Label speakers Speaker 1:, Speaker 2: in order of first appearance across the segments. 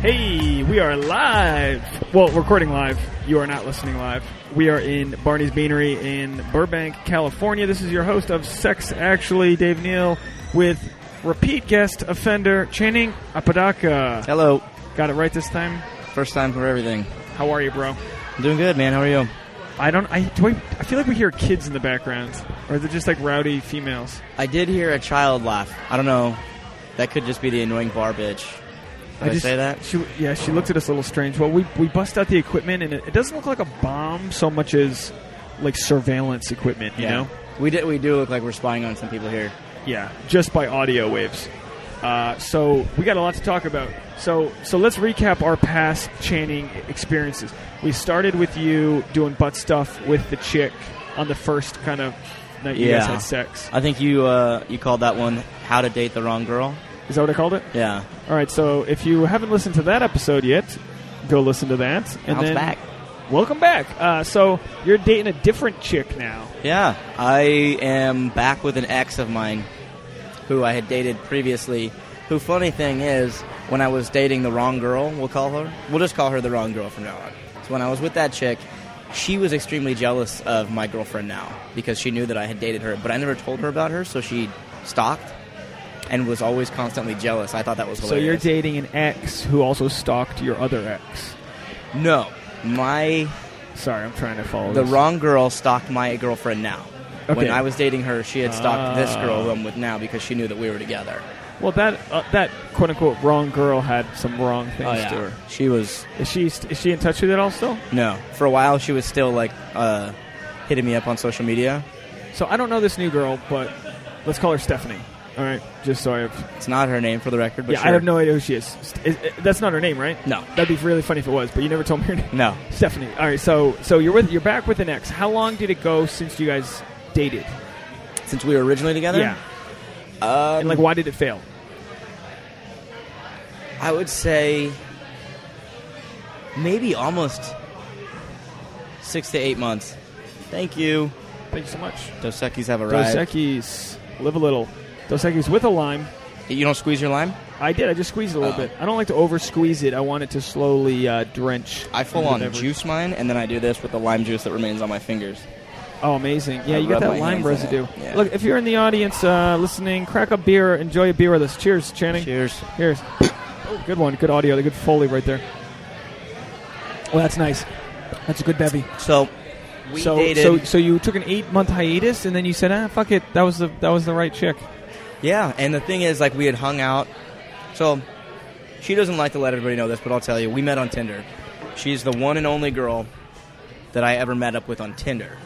Speaker 1: Hey, we are live. Well, recording live. You are not listening live. We are in Barney's Beanery in Burbank, California. This is your host of Sex Actually, Dave Neal, with repeat guest offender Channing Apodaca.
Speaker 2: Hello.
Speaker 1: Got it right this time.
Speaker 2: First time for everything.
Speaker 1: How are you, bro?
Speaker 2: I'm doing good, man. How are you?
Speaker 1: I don't. I do. I, I feel like we hear kids in the background, or they're just like rowdy females.
Speaker 2: I did hear a child laugh. I don't know. That could just be the annoying bar bitch. Did I,
Speaker 1: just,
Speaker 2: say that?
Speaker 1: She, yeah, she looked at us a little strange. Well, we, we bust out the equipment, and it, it doesn't look like a bomb so much as like surveillance equipment. You know?
Speaker 2: We did. We do look like we're spying on some people here.
Speaker 1: Yeah, just by audio waves. Uh, so we got a lot to talk about. So so let's recap our past chaining experiences. We started with you doing butt stuff with the chick on the first kind of night you guys
Speaker 2: Yeah.
Speaker 1: had sex.
Speaker 2: I think you uh, you called that one "How to Date the Wrong Girl."
Speaker 1: Is that what I called it?
Speaker 2: Yeah.
Speaker 1: All right. So if you haven't listened to that episode yet, go listen to that. And
Speaker 2: Bounce
Speaker 1: then
Speaker 2: back.
Speaker 1: welcome back. Uh, so you're dating a different chick now.
Speaker 2: Yeah. I am back with an ex of mine who I had dated previously. Who funny thing is, when I was dating the wrong girl, we'll call her. We'll just call her the wrong girl from now on. So when I was with that chick, she was extremely jealous of my girlfriend now because she knew that I had dated her, but I never told her about her, so she stalked and was always constantly jealous. I thought that was
Speaker 1: So you're
Speaker 2: hilarious.
Speaker 1: dating an ex who also stalked your other ex.
Speaker 2: no, my
Speaker 1: Sorry, I'm trying to follow
Speaker 2: The
Speaker 1: this.
Speaker 2: wrong girl stalked my girlfriend now.
Speaker 1: Okay.
Speaker 2: When I was dating her, she had stalked this
Speaker 1: Ah.
Speaker 2: girl who I'm with now because she knew that we were together.
Speaker 1: Well, that uh, that quote unquote wrong girl had some wrong things
Speaker 2: Oh,
Speaker 1: to her.
Speaker 2: She was
Speaker 1: Is she st- is she in touch with it all still?
Speaker 2: no. For a while, she was still like uh, hitting me up on social media.
Speaker 1: So I don't know this new girl, but let's call her Stephanie. All right, just so I have.
Speaker 2: It's not her name for the record, but
Speaker 1: yeah, I
Speaker 2: sure.
Speaker 1: have no idea who she is. St- is- is- That's not her name, right?
Speaker 2: No.
Speaker 1: That'd be really funny if it was, but you never told me her name.
Speaker 2: No.
Speaker 1: Stephanie. All right, so so you're with you're back with an ex. How long did it go since you guys dated?
Speaker 2: Since we were originally together,
Speaker 1: Um, and like, why did it fail?
Speaker 2: I would say maybe almost six to eight months. Thank you.
Speaker 1: Thank you so much.
Speaker 2: Dos Equis have
Speaker 1: Dos
Speaker 2: arrived.
Speaker 1: Equis, live a little. Dos Equis with a lime.
Speaker 2: you don't squeeze your lime.
Speaker 1: I did. I just squeezed it a little
Speaker 2: Oh.
Speaker 1: bit. I don't like to over squeeze it. I want it to slowly uh, drench.
Speaker 2: I full
Speaker 1: into the
Speaker 2: on
Speaker 1: beverage.
Speaker 2: juice mine, and then I do this with the lime juice that remains on my fingers.
Speaker 1: Oh, amazing! Yeah,
Speaker 2: I
Speaker 1: you got
Speaker 2: rub
Speaker 1: that
Speaker 2: my
Speaker 1: lime
Speaker 2: hands in it.
Speaker 1: residue.
Speaker 2: Yeah.
Speaker 1: Look, if you're in the audience uh, listening, crack a beer, enjoy a beer with us. Cheers, Channing.
Speaker 2: Cheers.
Speaker 1: Cheers. Oh, good one. Good audio. The good foley right there. Well, that's nice. That's a good bevy.
Speaker 2: So we
Speaker 1: so,
Speaker 2: dated.
Speaker 1: so, so you took an eight-month hiatus, and then you said, "Ah, fuck it. That was the that was the right chick."
Speaker 2: yeah, and the thing is, like, we had hung out. So she doesn't like to let everybody know this, but I'll tell you, we met on Tinder. She's the one and only girl that I ever met up with on Tinder.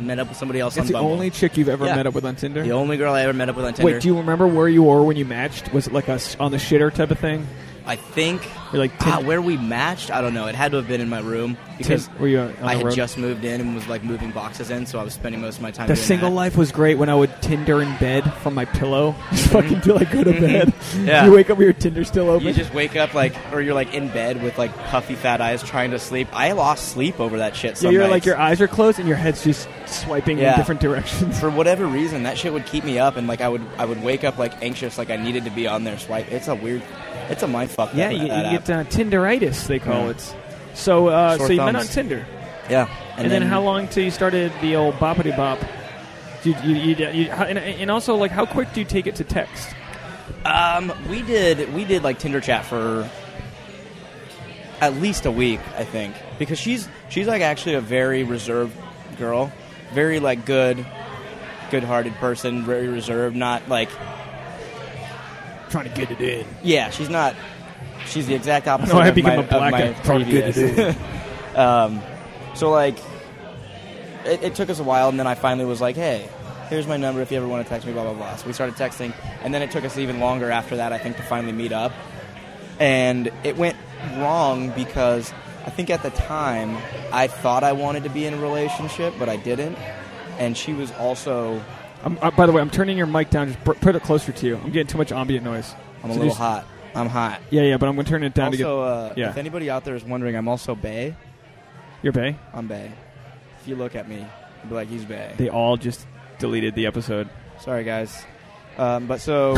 Speaker 2: Met up with somebody else
Speaker 1: It's
Speaker 2: on
Speaker 1: the
Speaker 2: Bumble.
Speaker 1: only chick you've ever
Speaker 2: Yeah.
Speaker 1: met up with on Tinder.
Speaker 2: the only girl I ever met up with on Tinder.
Speaker 1: Wait, do you remember where you were when you matched? Was it like a s- on the shitter type of thing?
Speaker 2: I think
Speaker 1: You're like
Speaker 2: ah,
Speaker 1: Tin-
Speaker 2: where we matched. I don't know. It had to have been in my room because
Speaker 1: Tin- were you on the
Speaker 2: I had
Speaker 1: road?
Speaker 2: just moved in and was like moving boxes in, so I was spending most of my time.
Speaker 1: The
Speaker 2: doing
Speaker 1: single
Speaker 2: that.
Speaker 1: life was great when I would Tinder in bed from my pillow, just fucking till I go to bed.
Speaker 2: Mm-hmm. Yeah.
Speaker 1: You wake up with your Tinder still open.
Speaker 2: You just wake up like, or you're like in bed with like puffy fat eyes trying to sleep. I lost sleep over that shit.
Speaker 1: yeah,
Speaker 2: Some
Speaker 1: you're
Speaker 2: nights.
Speaker 1: like your eyes are closed and your head's just swiping in
Speaker 2: Yeah.
Speaker 1: different directions.
Speaker 2: for whatever reason that shit would keep me up, and like I would I would wake up like anxious, like I needed to be on there swipe. It's a weird, it's a mind fuck.
Speaker 1: Yeah,
Speaker 2: that,
Speaker 1: you, you
Speaker 2: that
Speaker 1: get
Speaker 2: app.
Speaker 1: uh, Tinderitis, they call
Speaker 2: Yeah.
Speaker 1: it. So, uh,
Speaker 2: Sore
Speaker 1: so you met on
Speaker 2: thumbs.
Speaker 1: Tinder,
Speaker 2: yeah.
Speaker 1: and, then, how long till you started the old boppity bop? You, you, you, you, how- and, and also, like, how quick do you take it to text?
Speaker 2: Um, we did we did like Tinder chat for at least a week, I think, because she's she's like actually a very reserved girl, very like good, good-hearted person, very reserved, not like
Speaker 1: Trying to get it in.
Speaker 2: Yeah, she's not. She's the exact opposite.
Speaker 1: No, I
Speaker 2: of
Speaker 1: became
Speaker 2: my,
Speaker 1: a black
Speaker 2: of my
Speaker 1: and probably
Speaker 2: previous.
Speaker 1: good
Speaker 2: um, so like, it, it took us a while, and then I finally was like, "Hey, here's my number if you ever want to text me." Blah blah blah. So we started texting, and then it took us even longer after that, I think, to finally meet up. And it went wrong because I think at the time I thought I wanted to be in a relationship, but I didn't. And she was also
Speaker 1: I'm, uh, by the way, I'm turning your mic down. Just pr- put it closer to you. I'm getting too much ambient noise.
Speaker 2: I'm a
Speaker 1: So
Speaker 2: little
Speaker 1: just-
Speaker 2: hot. I'm hot.
Speaker 1: Yeah, yeah, but I'm going to turn it down
Speaker 2: Also,
Speaker 1: to
Speaker 2: uh,
Speaker 1: yeah.
Speaker 2: if anybody out there is wondering, I'm also Bay.
Speaker 1: get your bay.
Speaker 2: I'm Bay. If you look at me, you'll be like, he's Bay.
Speaker 1: They all just deleted the episode.
Speaker 2: Sorry, guys. Um, but so,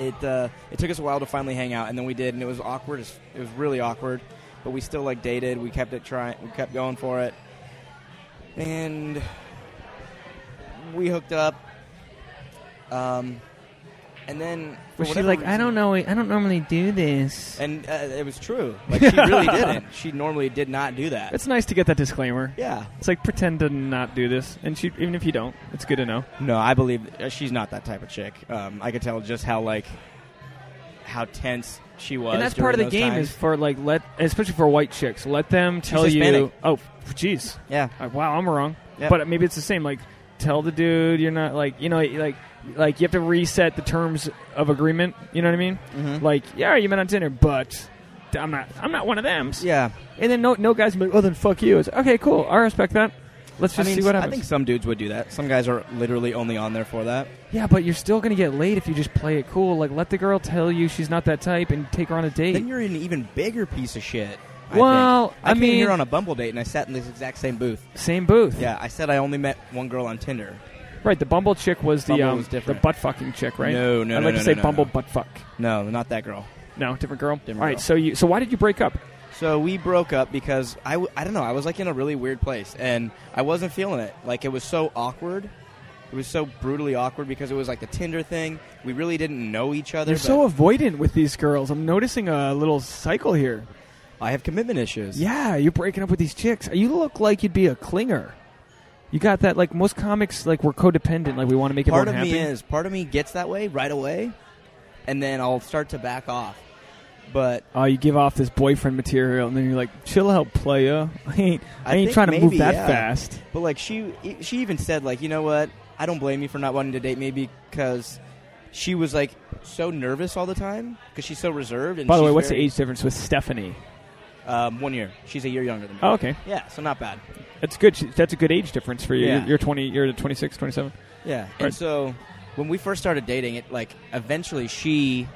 Speaker 2: it uh, it took us a while to finally hang out, and then we did, and it was awkward. as- It was really awkward, but we still like dated. We kept it trying. We kept going for it, and we hooked up. Um, and then for
Speaker 3: Where she's
Speaker 2: whatever
Speaker 3: like, I
Speaker 2: reason-
Speaker 3: don't know, I don't normally do this.
Speaker 2: and uh, it was true. Like she really didn't. She normally did not do that.
Speaker 1: It's nice to get that disclaimer.
Speaker 2: yeah.
Speaker 1: It's like pretend to not do this, and she, even if you don't, it's good to know.
Speaker 2: No, I believe uh, she's not that type of chick. Um, I could tell just how like how tense she was.
Speaker 1: and that's
Speaker 2: during
Speaker 1: part of the
Speaker 2: those
Speaker 1: game
Speaker 2: times.
Speaker 1: is for like let, especially for white chicks, let them tell you.
Speaker 2: Hispanic.
Speaker 1: Oh, jeez,
Speaker 2: yeah.
Speaker 1: Uh, wow, I'm wrong.
Speaker 2: Yep.
Speaker 1: But maybe it's the same. Like, tell the dude you're not like you know like like you have to reset the terms of agreement. You know what I mean?
Speaker 2: Mhm.
Speaker 1: Like, yeah, you met on Tinder, but I'm not. I'm not one of them.
Speaker 2: Yeah.
Speaker 1: And then no no guys be like, oh then fuck you. It's okay, cool. I respect that. Let's just
Speaker 2: I mean,
Speaker 1: see what
Speaker 2: I
Speaker 1: happens.
Speaker 2: think some dudes would do that. Some guys are literally only on there for that.
Speaker 1: Yeah, but you're still gonna get laid if you just play it cool. Like, let the girl tell you she's not that type and take her on a date.
Speaker 2: Then you're an even bigger piece of shit. I
Speaker 1: Well,
Speaker 2: think.
Speaker 1: I
Speaker 2: I, came here
Speaker 1: mean-
Speaker 2: on a Bumble date and I sat in this exact same booth.
Speaker 1: Same booth.
Speaker 2: Yeah, I said I only met one girl on Tinder.
Speaker 1: Right. The Bumble chick was the
Speaker 2: Bumble
Speaker 1: um,
Speaker 2: was
Speaker 1: the
Speaker 2: different.
Speaker 1: butt fucking chick, right?
Speaker 2: No, no,
Speaker 1: I'd
Speaker 2: no,
Speaker 1: like
Speaker 2: no,
Speaker 1: to say
Speaker 2: no, no,
Speaker 1: Bumble
Speaker 2: no.
Speaker 1: butt fuck.
Speaker 2: No, not that girl.
Speaker 1: No, different girl.
Speaker 2: Different
Speaker 1: All right.
Speaker 2: girl.
Speaker 1: So you so why did you break up?
Speaker 2: So we broke up because I, w- I don't know, I was like in a really weird place and I wasn't feeling it. Like it was so awkward. It was so brutally awkward because it was like the Tinder thing. We really didn't know each other.
Speaker 1: They're
Speaker 2: but
Speaker 1: so avoidant with these girls. I'm noticing a little cycle here.
Speaker 2: I have commitment issues.
Speaker 1: Yeah, you're breaking up with these chicks. You look like you'd be a clinger. You got that? Like most comics, like we're codependent. Like we want to make
Speaker 2: part of
Speaker 1: everyone
Speaker 2: me
Speaker 1: happy.
Speaker 2: is part of me gets that way right away and then I'll start to back off. But
Speaker 1: Oh, you give off this boyfriend material, and then you're like, "Chill out, playa. I ain't, I
Speaker 2: I
Speaker 1: ain't
Speaker 2: think
Speaker 1: trying to move
Speaker 2: maybe,
Speaker 1: that
Speaker 2: yeah.
Speaker 1: fast."
Speaker 2: but like she e, she even said like, "You know what? I don't blame you for not wanting to date me because she was like so nervous all the time because she's so reserved and
Speaker 1: By the
Speaker 2: she's
Speaker 1: way, what's the
Speaker 2: very-
Speaker 1: age difference with Stephanie?
Speaker 2: Um, one year. She's a year younger than me.
Speaker 1: Oh, okay,
Speaker 2: Yeah, so not bad.
Speaker 1: that's good. She- That's a good age difference for you.
Speaker 2: Yeah.
Speaker 1: You're, you're twenty. You're 26, 27.
Speaker 2: Yeah.
Speaker 1: Right.
Speaker 2: And so when we first started dating, it like eventually she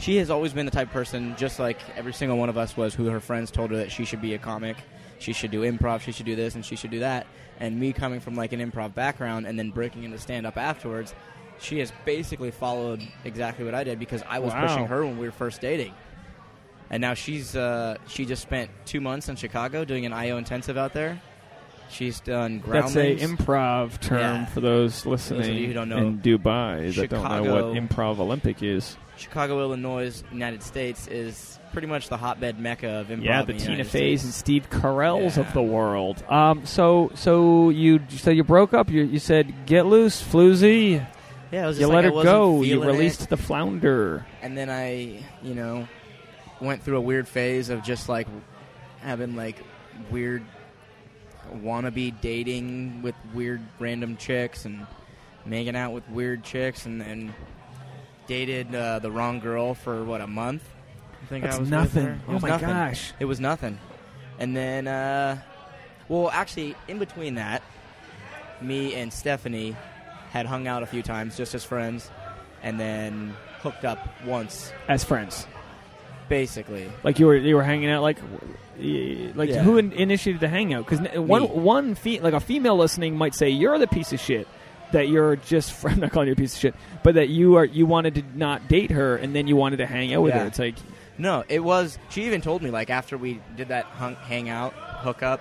Speaker 2: she has always been the type of person, just like every single one of us was, who her friends told her that she should be a comic, she should do improv, she should do this, and she should do that. And me coming from like an improv background and then breaking into stand up afterwards, she has basically followed exactly what I did because I was
Speaker 1: Wow.
Speaker 2: pushing her when we were first dating. And now she's uh, she just spent two months in Chicago doing an IO intensive out there. She's done groundlings.
Speaker 1: That's a improv term
Speaker 2: Yeah.
Speaker 1: for those listening
Speaker 2: you who don't know.
Speaker 1: in Dubai that don't know
Speaker 2: Chicago.
Speaker 1: what improv Olympic is.
Speaker 2: Chicago, Illinois, United States is pretty much the hotbed mecca of improv.
Speaker 1: yeah, the
Speaker 2: in United
Speaker 1: Tina
Speaker 2: States.
Speaker 1: Feys and Steve Carell's
Speaker 2: Oh, Yeah.
Speaker 1: of the world. Um, so so you so you broke up. You, you said get loose, floozy.
Speaker 2: Yeah, it was just
Speaker 1: You
Speaker 2: like
Speaker 1: let
Speaker 2: I
Speaker 1: her
Speaker 2: wasn't
Speaker 1: go. You
Speaker 2: feeling it.
Speaker 1: released the flounder.
Speaker 2: and then I, you know, went through a weird phase of just like having like weird wannabe dating with weird random chicks and making out with weird chicks, and then dated uh, the wrong girl for what a month. I think
Speaker 1: That's
Speaker 2: I was with her.
Speaker 1: nothing.
Speaker 2: It
Speaker 1: Oh
Speaker 2: was
Speaker 1: my
Speaker 2: nothing.
Speaker 1: gosh.
Speaker 2: It was nothing. And then, uh, well, actually, in between that, me and Stephanie had hung out a few times just as friends, and then hooked up once,
Speaker 1: As friends,
Speaker 2: basically.
Speaker 1: like you were you were hanging out like y- like
Speaker 2: Yeah.
Speaker 1: who in- initiated the hangout? Because one
Speaker 2: Me.
Speaker 1: one fe- like a female listening might say you're the piece of shit that you're just fr- I'm not calling you a piece of shit, but that you are you wanted to not date her and then you wanted to hang out with
Speaker 2: Yeah.
Speaker 1: her. It's like
Speaker 2: No, it was. She even told me like after we did that hung, hangout hookup,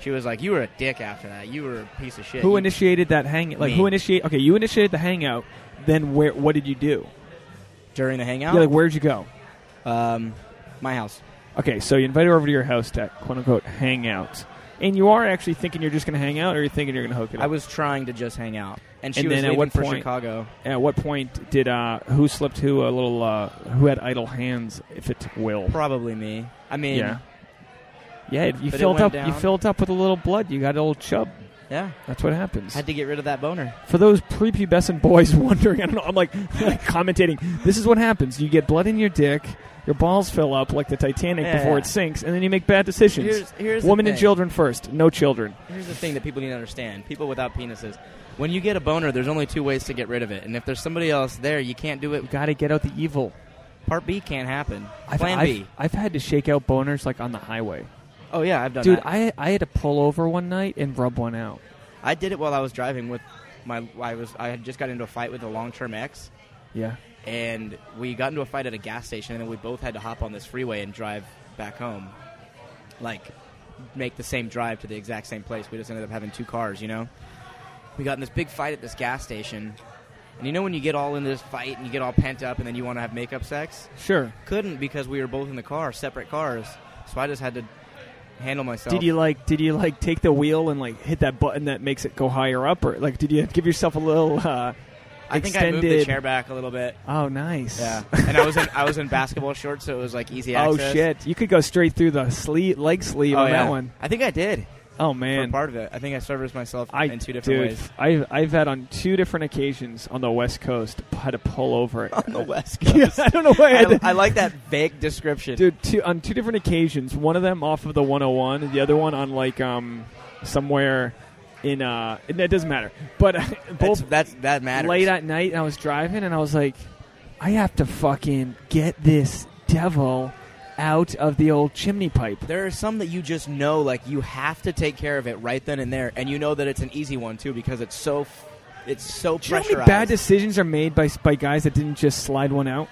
Speaker 2: she was like, "You were a dick after that. You were a piece of shit."
Speaker 1: who
Speaker 2: You-
Speaker 1: initiated that hang? Like
Speaker 2: Me.
Speaker 1: who initiate? Okay, you initiated the hangout. Then where? What did you do?
Speaker 2: during the
Speaker 1: Yeah, like
Speaker 2: hangout?
Speaker 1: where'd you go?
Speaker 2: um, my house.
Speaker 1: Okay, so you invite her over to your house to quote unquote hang out, and you are actually thinking you're just going to hang out, or you're thinking you're going to hook it up.
Speaker 2: I was trying to just hang out, and she
Speaker 1: And
Speaker 2: was
Speaker 1: then at
Speaker 2: leaving
Speaker 1: what
Speaker 2: for
Speaker 1: point-
Speaker 2: Chicago.
Speaker 1: At what point did uh, who slipped who a little uh, who had idle hands, if it will?
Speaker 2: Probably me. I mean,
Speaker 1: Yeah, yeah. You
Speaker 2: But it
Speaker 1: filled
Speaker 2: went
Speaker 1: up. You
Speaker 2: down.
Speaker 1: filled up with a little blood. You got a little chub.
Speaker 2: yeah.
Speaker 1: That's what happens.
Speaker 2: Had to get rid of that boner.
Speaker 1: For those prepubescent boys wondering, I don't know. I'm like, like commentating. This is what happens. You get blood in your dick. Your balls fill up like the Titanic
Speaker 2: Yeah.
Speaker 1: before it sinks, and then you make bad decisions.
Speaker 2: Here's, here's the
Speaker 1: Women and
Speaker 2: thing.
Speaker 1: children first. No children.
Speaker 2: Here's the thing that people need to understand: people without penises. When you get a boner, there's only two ways to get rid of it, and if there's somebody else there, you can't do it.
Speaker 1: You got to get out the evil.
Speaker 2: Part B can't happen.
Speaker 1: I've,
Speaker 2: Plan
Speaker 1: I've,
Speaker 2: B.
Speaker 1: I've had to shake out boners like on the highway.
Speaker 2: Oh yeah, I've done
Speaker 1: Dude,
Speaker 2: that.
Speaker 1: I I had to pull over one night and rub one out.
Speaker 2: I did it while I was driving with my. I was. I had just got into a fight with a long-term ex,
Speaker 1: Yeah.
Speaker 2: and we got into a fight at a gas station, and then we both had to hop on this freeway and drive back home, like make the same drive to the exact same place. We just ended up having two cars, you know. We got in this big fight at this gas station, and you know when you get all into this fight and you get all pent up, and then you want to have makeup sex.
Speaker 1: Sure.
Speaker 2: Couldn't because we were both in the car, separate cars. So I just had to handle myself.
Speaker 1: Did you like? Did you like take the wheel and like hit that button that makes it go higher up, or like did you give yourself a little? Uh,
Speaker 2: I think I moved the
Speaker 1: extended-
Speaker 2: chair back a little bit.
Speaker 1: Oh, nice.
Speaker 2: Yeah, and I was in I was in basketball shorts, so it was like easy
Speaker 1: oh
Speaker 2: access.
Speaker 1: shit! You could go straight through the sleeve, leg sleeve
Speaker 2: Oh,
Speaker 1: on
Speaker 2: yeah.
Speaker 1: that one.
Speaker 2: I think I did
Speaker 1: Oh
Speaker 2: for
Speaker 1: man,
Speaker 2: part of it. I think I serviced myself
Speaker 1: I
Speaker 2: in two different
Speaker 1: dude,
Speaker 2: ways.
Speaker 1: I've I've had on two different occasions on the West Coast had to pull over.
Speaker 2: On the West
Speaker 1: yeah, I don't know why I, had
Speaker 2: I,
Speaker 1: to-
Speaker 2: I like that vague description.
Speaker 1: dude two, on two different occasions one of them off of the 101 and the other one on like um somewhere in uh and it doesn't matter but
Speaker 2: that's,
Speaker 1: both
Speaker 2: that's that matters.
Speaker 1: late at night and i was driving and i was like i have to fucking get this devil out of the old chimney pipe
Speaker 2: there are some that you just know, like you have to take care of it right then and there, and you know that it's an easy one too because it's so, f- it's so
Speaker 1: Do you know how
Speaker 2: pressurized.
Speaker 1: many bad decisions are made by by guys that didn't just slide one out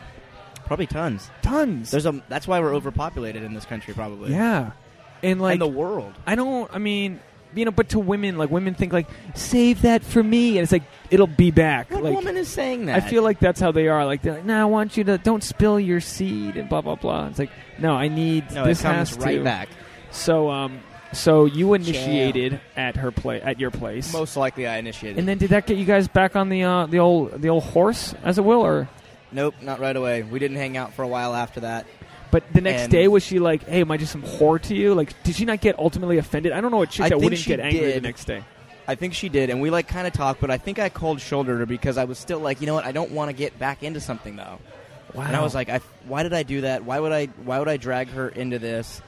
Speaker 2: probably tons.
Speaker 1: tons
Speaker 2: There's a that's why we're overpopulated in this country probably.
Speaker 1: yeah and like
Speaker 2: and the world.
Speaker 1: I don't. I mean, you know, but to women, like women think like save that for me, and it's like it'll be back.
Speaker 2: What
Speaker 1: like
Speaker 2: woman is saying that?
Speaker 1: I feel like that's how they are. Like they're like, no, I want you to don't spill your seed and blah blah blah. It's like no, I need
Speaker 2: no,
Speaker 1: this
Speaker 2: it comes
Speaker 1: has
Speaker 2: right
Speaker 1: to.
Speaker 2: back.
Speaker 1: So um, so you initiated at her play at your place,
Speaker 2: Most likely, I initiated.
Speaker 1: and then did that get you guys back on the uh, the old the old horse as it will, or?
Speaker 2: nope, not right away. We didn't hang out for a while after that.
Speaker 1: But the next
Speaker 2: And-
Speaker 1: day was she like, "Hey, am I just some whore to you?" Like, did she not get ultimately offended? I don't know a chick
Speaker 2: I
Speaker 1: that
Speaker 2: think
Speaker 1: wouldn't
Speaker 2: she
Speaker 1: get angry the
Speaker 2: did.
Speaker 1: next day.
Speaker 2: I think she did, and we like kind of talked, but I think I cold shouldered her because I was still like, you know what? I don't want to get back into something though.
Speaker 1: Wow.
Speaker 2: And I was like, I, why did I do that? Why would I? Why would I drag her into this?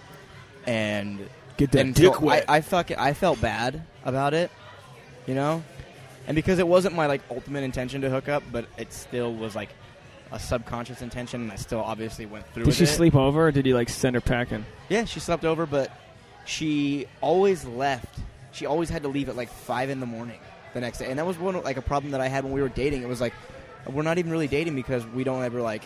Speaker 2: And
Speaker 1: "Get that
Speaker 2: and so
Speaker 1: dick wet."
Speaker 2: I, I fuck it. I felt bad about it, you know, and because it wasn't my like ultimate intention to hook up, but it still was like a subconscious intention, and I still obviously went through.
Speaker 1: Did
Speaker 2: with
Speaker 1: she
Speaker 2: it.
Speaker 1: sleep over, or did you like send her packing?
Speaker 2: Yeah, she slept over, but she always left. She always had to leave at like five in the morning the next day, and that was one of, like a problem that I had when we were dating. It was like we're not even really dating because we don't ever like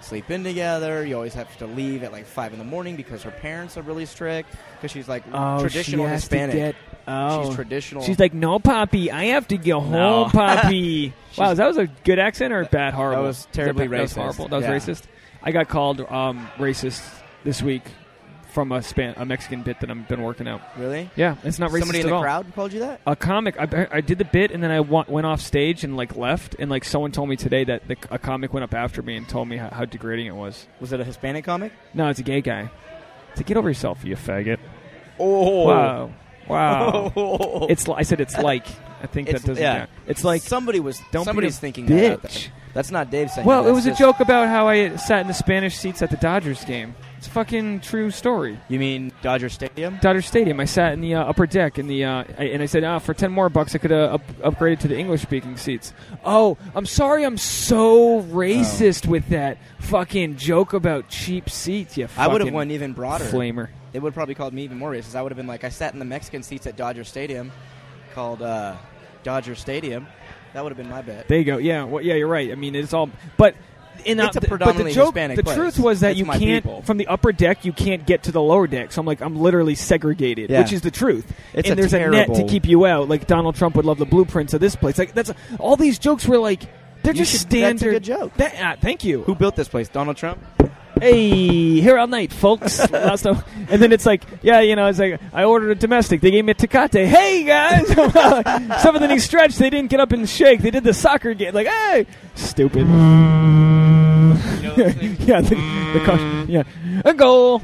Speaker 2: sleep in together. You always have to leave at like five in the morning because her parents are really strict because she's like traditional Hispanic.
Speaker 1: oh,
Speaker 2: She's traditional.
Speaker 1: She's like, no, Poppy, I have to go
Speaker 2: No.
Speaker 1: home, Poppy. wow,
Speaker 2: She's-
Speaker 1: that was a good accent or bad? Horrible.
Speaker 2: was terribly
Speaker 1: That was
Speaker 2: racist.
Speaker 1: horrible. That was
Speaker 2: Yeah.
Speaker 1: racist. I got called um, racist this week from a span a Mexican bit that I've been working out.
Speaker 2: really.
Speaker 1: Yeah, it's not racist
Speaker 2: Somebody in
Speaker 1: at
Speaker 2: the
Speaker 1: all.
Speaker 2: crowd called you that.
Speaker 1: A comic. I, I did the bit and then I wa- went off stage and like left and like someone told me today that the, a comic went up after me and told me how, how degrading it was.
Speaker 2: Was it a Hispanic comic?
Speaker 1: No, it's a gay guy. It's like, get over yourself, you faggot.
Speaker 2: Oh,
Speaker 1: Wow. Wow.
Speaker 2: Oh.
Speaker 1: It's li- I said it's like. I think
Speaker 2: It's-
Speaker 1: that doesn't
Speaker 2: yeah.
Speaker 1: count. It's like
Speaker 2: somebody was.
Speaker 1: don't be
Speaker 2: somebody's
Speaker 1: a
Speaker 2: thinking
Speaker 1: bitch.
Speaker 2: that. That's not Dave saying.
Speaker 1: well,
Speaker 2: that.
Speaker 1: it
Speaker 2: That's
Speaker 1: was a
Speaker 2: just-
Speaker 1: joke about how I sat in the Spanish seats at the Dodgers game. It's a fucking true story.
Speaker 2: You mean Dodger Stadium?
Speaker 1: Dodger Stadium. I sat in the uh, upper deck in the uh, I, and I said, "Ah, for 10 more bucks I could uh, up- upgraded to the English speaking seats." Oh, I'm sorry I'm so
Speaker 2: Oh.
Speaker 1: racist with that fucking joke about cheap seats, you
Speaker 2: I would have
Speaker 1: fucking
Speaker 2: went even broader.
Speaker 1: flamer.
Speaker 2: They would have probably called me even more racist. I would have been like, I sat in the Mexican seats at Dodger Stadium, called uh, Dodger Stadium. That would have been my bet.
Speaker 1: There you go. Yeah, well, yeah, you're right. I mean, it's all, but in
Speaker 2: It's
Speaker 1: th-
Speaker 2: a
Speaker 1: but
Speaker 2: predominantly
Speaker 1: the joke,
Speaker 2: Hispanic
Speaker 1: the
Speaker 2: place.
Speaker 1: truth was that
Speaker 2: It's
Speaker 1: you
Speaker 2: my
Speaker 1: can't
Speaker 2: people.
Speaker 1: from the upper deck. You can't get to the lower deck. So I'm like, I'm literally segregated,
Speaker 2: Yeah.
Speaker 1: which is the truth.
Speaker 2: It's
Speaker 1: and
Speaker 2: a
Speaker 1: there's a net to
Speaker 2: terrible-
Speaker 1: keep you out. Like Donald Trump would love the blueprints of this place. Like that's all these jokes were like they're
Speaker 2: You
Speaker 1: just
Speaker 2: should- that's a
Speaker 1: standard
Speaker 2: good joke.
Speaker 1: That- ah, thank you.
Speaker 2: Who built this place? Donald Trump?
Speaker 1: Hey, here all night, folks. Last time, and then it's like, yeah, you know, it's like I ordered a domestic. They gave me a tecate. Hey guys, something he stretched. They didn't get up and shake. They did the soccer game. Like, hey, stupid. yeah, the, the caution- yeah, a goal.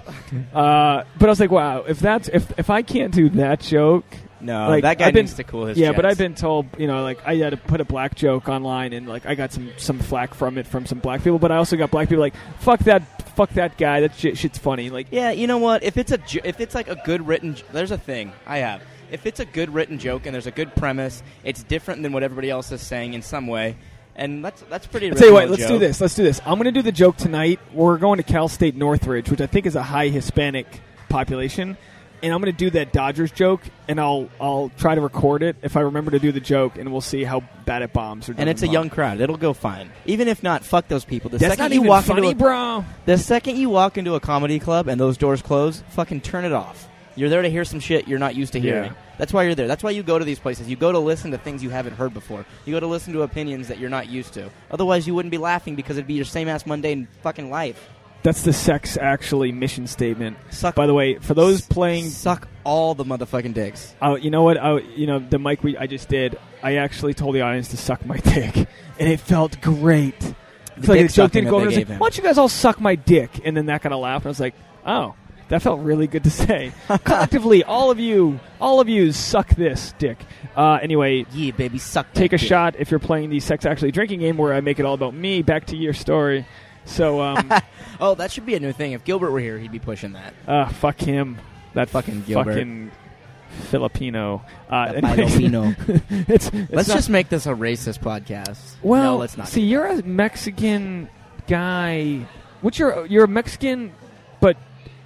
Speaker 1: Uh, but I was like, wow, if that's if if I can't do that joke,
Speaker 2: No,
Speaker 1: Like,
Speaker 2: that guy
Speaker 1: I've been-
Speaker 2: needs to cool his
Speaker 1: yeah. But
Speaker 2: jets.
Speaker 1: I've been told, you know, like I had to put a black joke online, and like I got some some flack from it from some black people. But I also got black people like, fuck that, fuck that guy. That shit, shit's funny. Like,
Speaker 2: Yeah, you know what? If it's a jo- if it's like a good written, j- there's a thing I have. If it's a good written joke and there's a good premise, it's different than what everybody else is saying in some way, and that's that's pretty.
Speaker 1: I'll tell you what,
Speaker 2: original
Speaker 1: let's do
Speaker 2: joke.
Speaker 1: this. Let's do this. I'm going to do the joke tonight. We're going to Cal State Northridge, which I think is a high Hispanic population. and I'm going to do that Dodgers joke, and I'll I'll try to record it if I remember to do the joke, and we'll see how bad it bombs. Or
Speaker 2: And it's
Speaker 1: doesn't
Speaker 2: a
Speaker 1: bomb.
Speaker 2: young crowd. It'll go fine. Even if not, fuck those people. The
Speaker 1: That's
Speaker 2: second
Speaker 1: not
Speaker 2: you
Speaker 1: even
Speaker 2: walk
Speaker 1: funny,
Speaker 2: into a,
Speaker 1: bro.
Speaker 2: the second you walk into a comedy club and those doors close, fucking turn it off. You're there to hear some shit you're not used to
Speaker 1: Yeah.
Speaker 2: hearing. That's why you're there. That's why you go to these places. You go to listen to things you haven't heard before. You go to listen to opinions that you're not used to. Otherwise, you wouldn't be laughing because it'd be your same ass mundane fucking life.
Speaker 1: That's the sex actually mission statement.
Speaker 2: Suck.
Speaker 1: By the way, for those playing
Speaker 2: suck all the motherfucking dicks.
Speaker 1: Oh, you know what? Oh, you know the mic we I just did. I actually told the audience to suck my dick, and it felt great. It's
Speaker 2: dick
Speaker 1: like the joke didn't
Speaker 2: sucking that
Speaker 1: go
Speaker 2: they
Speaker 1: over. It's
Speaker 2: gave
Speaker 1: Like,
Speaker 2: him.
Speaker 1: Why don't you guys all suck my dick? And then that got a laugh, and I was like, oh, that felt really good to say. Collectively, all of you, all of you, suck this dick. Uh, anyway,
Speaker 2: Yeah, baby, suck.
Speaker 1: take a
Speaker 2: that dick.
Speaker 1: shot if you're playing the sex actually drinking game where I make it all about me. Back to your story. So, um,
Speaker 2: Oh, that should be a new thing. If Gilbert were here, he'd be pushing that.
Speaker 1: uh, fuck him. That
Speaker 2: Fucking Gilbert.
Speaker 1: Fucking Filipino. Uh,
Speaker 2: That Filipino.
Speaker 1: it's, it's
Speaker 2: Let's
Speaker 1: not-
Speaker 2: just make this a racist podcast.
Speaker 1: Well,
Speaker 2: no, let's not.
Speaker 1: See, you're a Mexican guy. What's your? You're a Mexican, but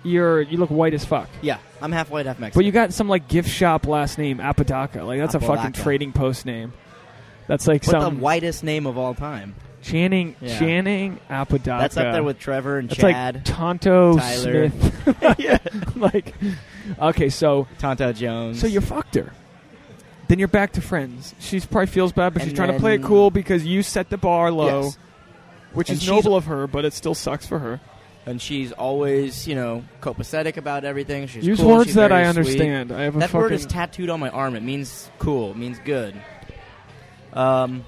Speaker 1: you're you look white as fuck.
Speaker 2: yeah, I'm half white, half Mexican.
Speaker 1: But you got some like gift shop last name Apodaca. Like that's a fucking
Speaker 2: Apodaca.
Speaker 1: trading post name. That's like
Speaker 2: What
Speaker 1: some
Speaker 2: the whitest name of all time?
Speaker 1: Channing
Speaker 2: Yeah.
Speaker 1: Channing Apodaca.
Speaker 2: That's up there with Trevor and
Speaker 1: that's
Speaker 2: Chad,
Speaker 1: like Tonto
Speaker 2: Tyler.
Speaker 1: Smith. yeah, like okay, so
Speaker 2: Tonto Jones.
Speaker 1: so you fucked her. Then you're back to friends. She probably feels bad, but she's
Speaker 2: And
Speaker 1: trying to play it
Speaker 2: then-
Speaker 1: cool because you set the bar low.
Speaker 2: Yes.
Speaker 1: Which
Speaker 2: And
Speaker 1: is
Speaker 2: she's-
Speaker 1: noble of her, but it still sucks for her.
Speaker 2: and she's always you know copacetic about everything. She's
Speaker 1: Use
Speaker 2: cool,
Speaker 1: words
Speaker 2: she's
Speaker 1: that
Speaker 2: very
Speaker 1: I
Speaker 2: sweet.
Speaker 1: understand. I have a
Speaker 2: That
Speaker 1: fucking
Speaker 2: word is tattooed on my arm. It means cool. It means good. Um,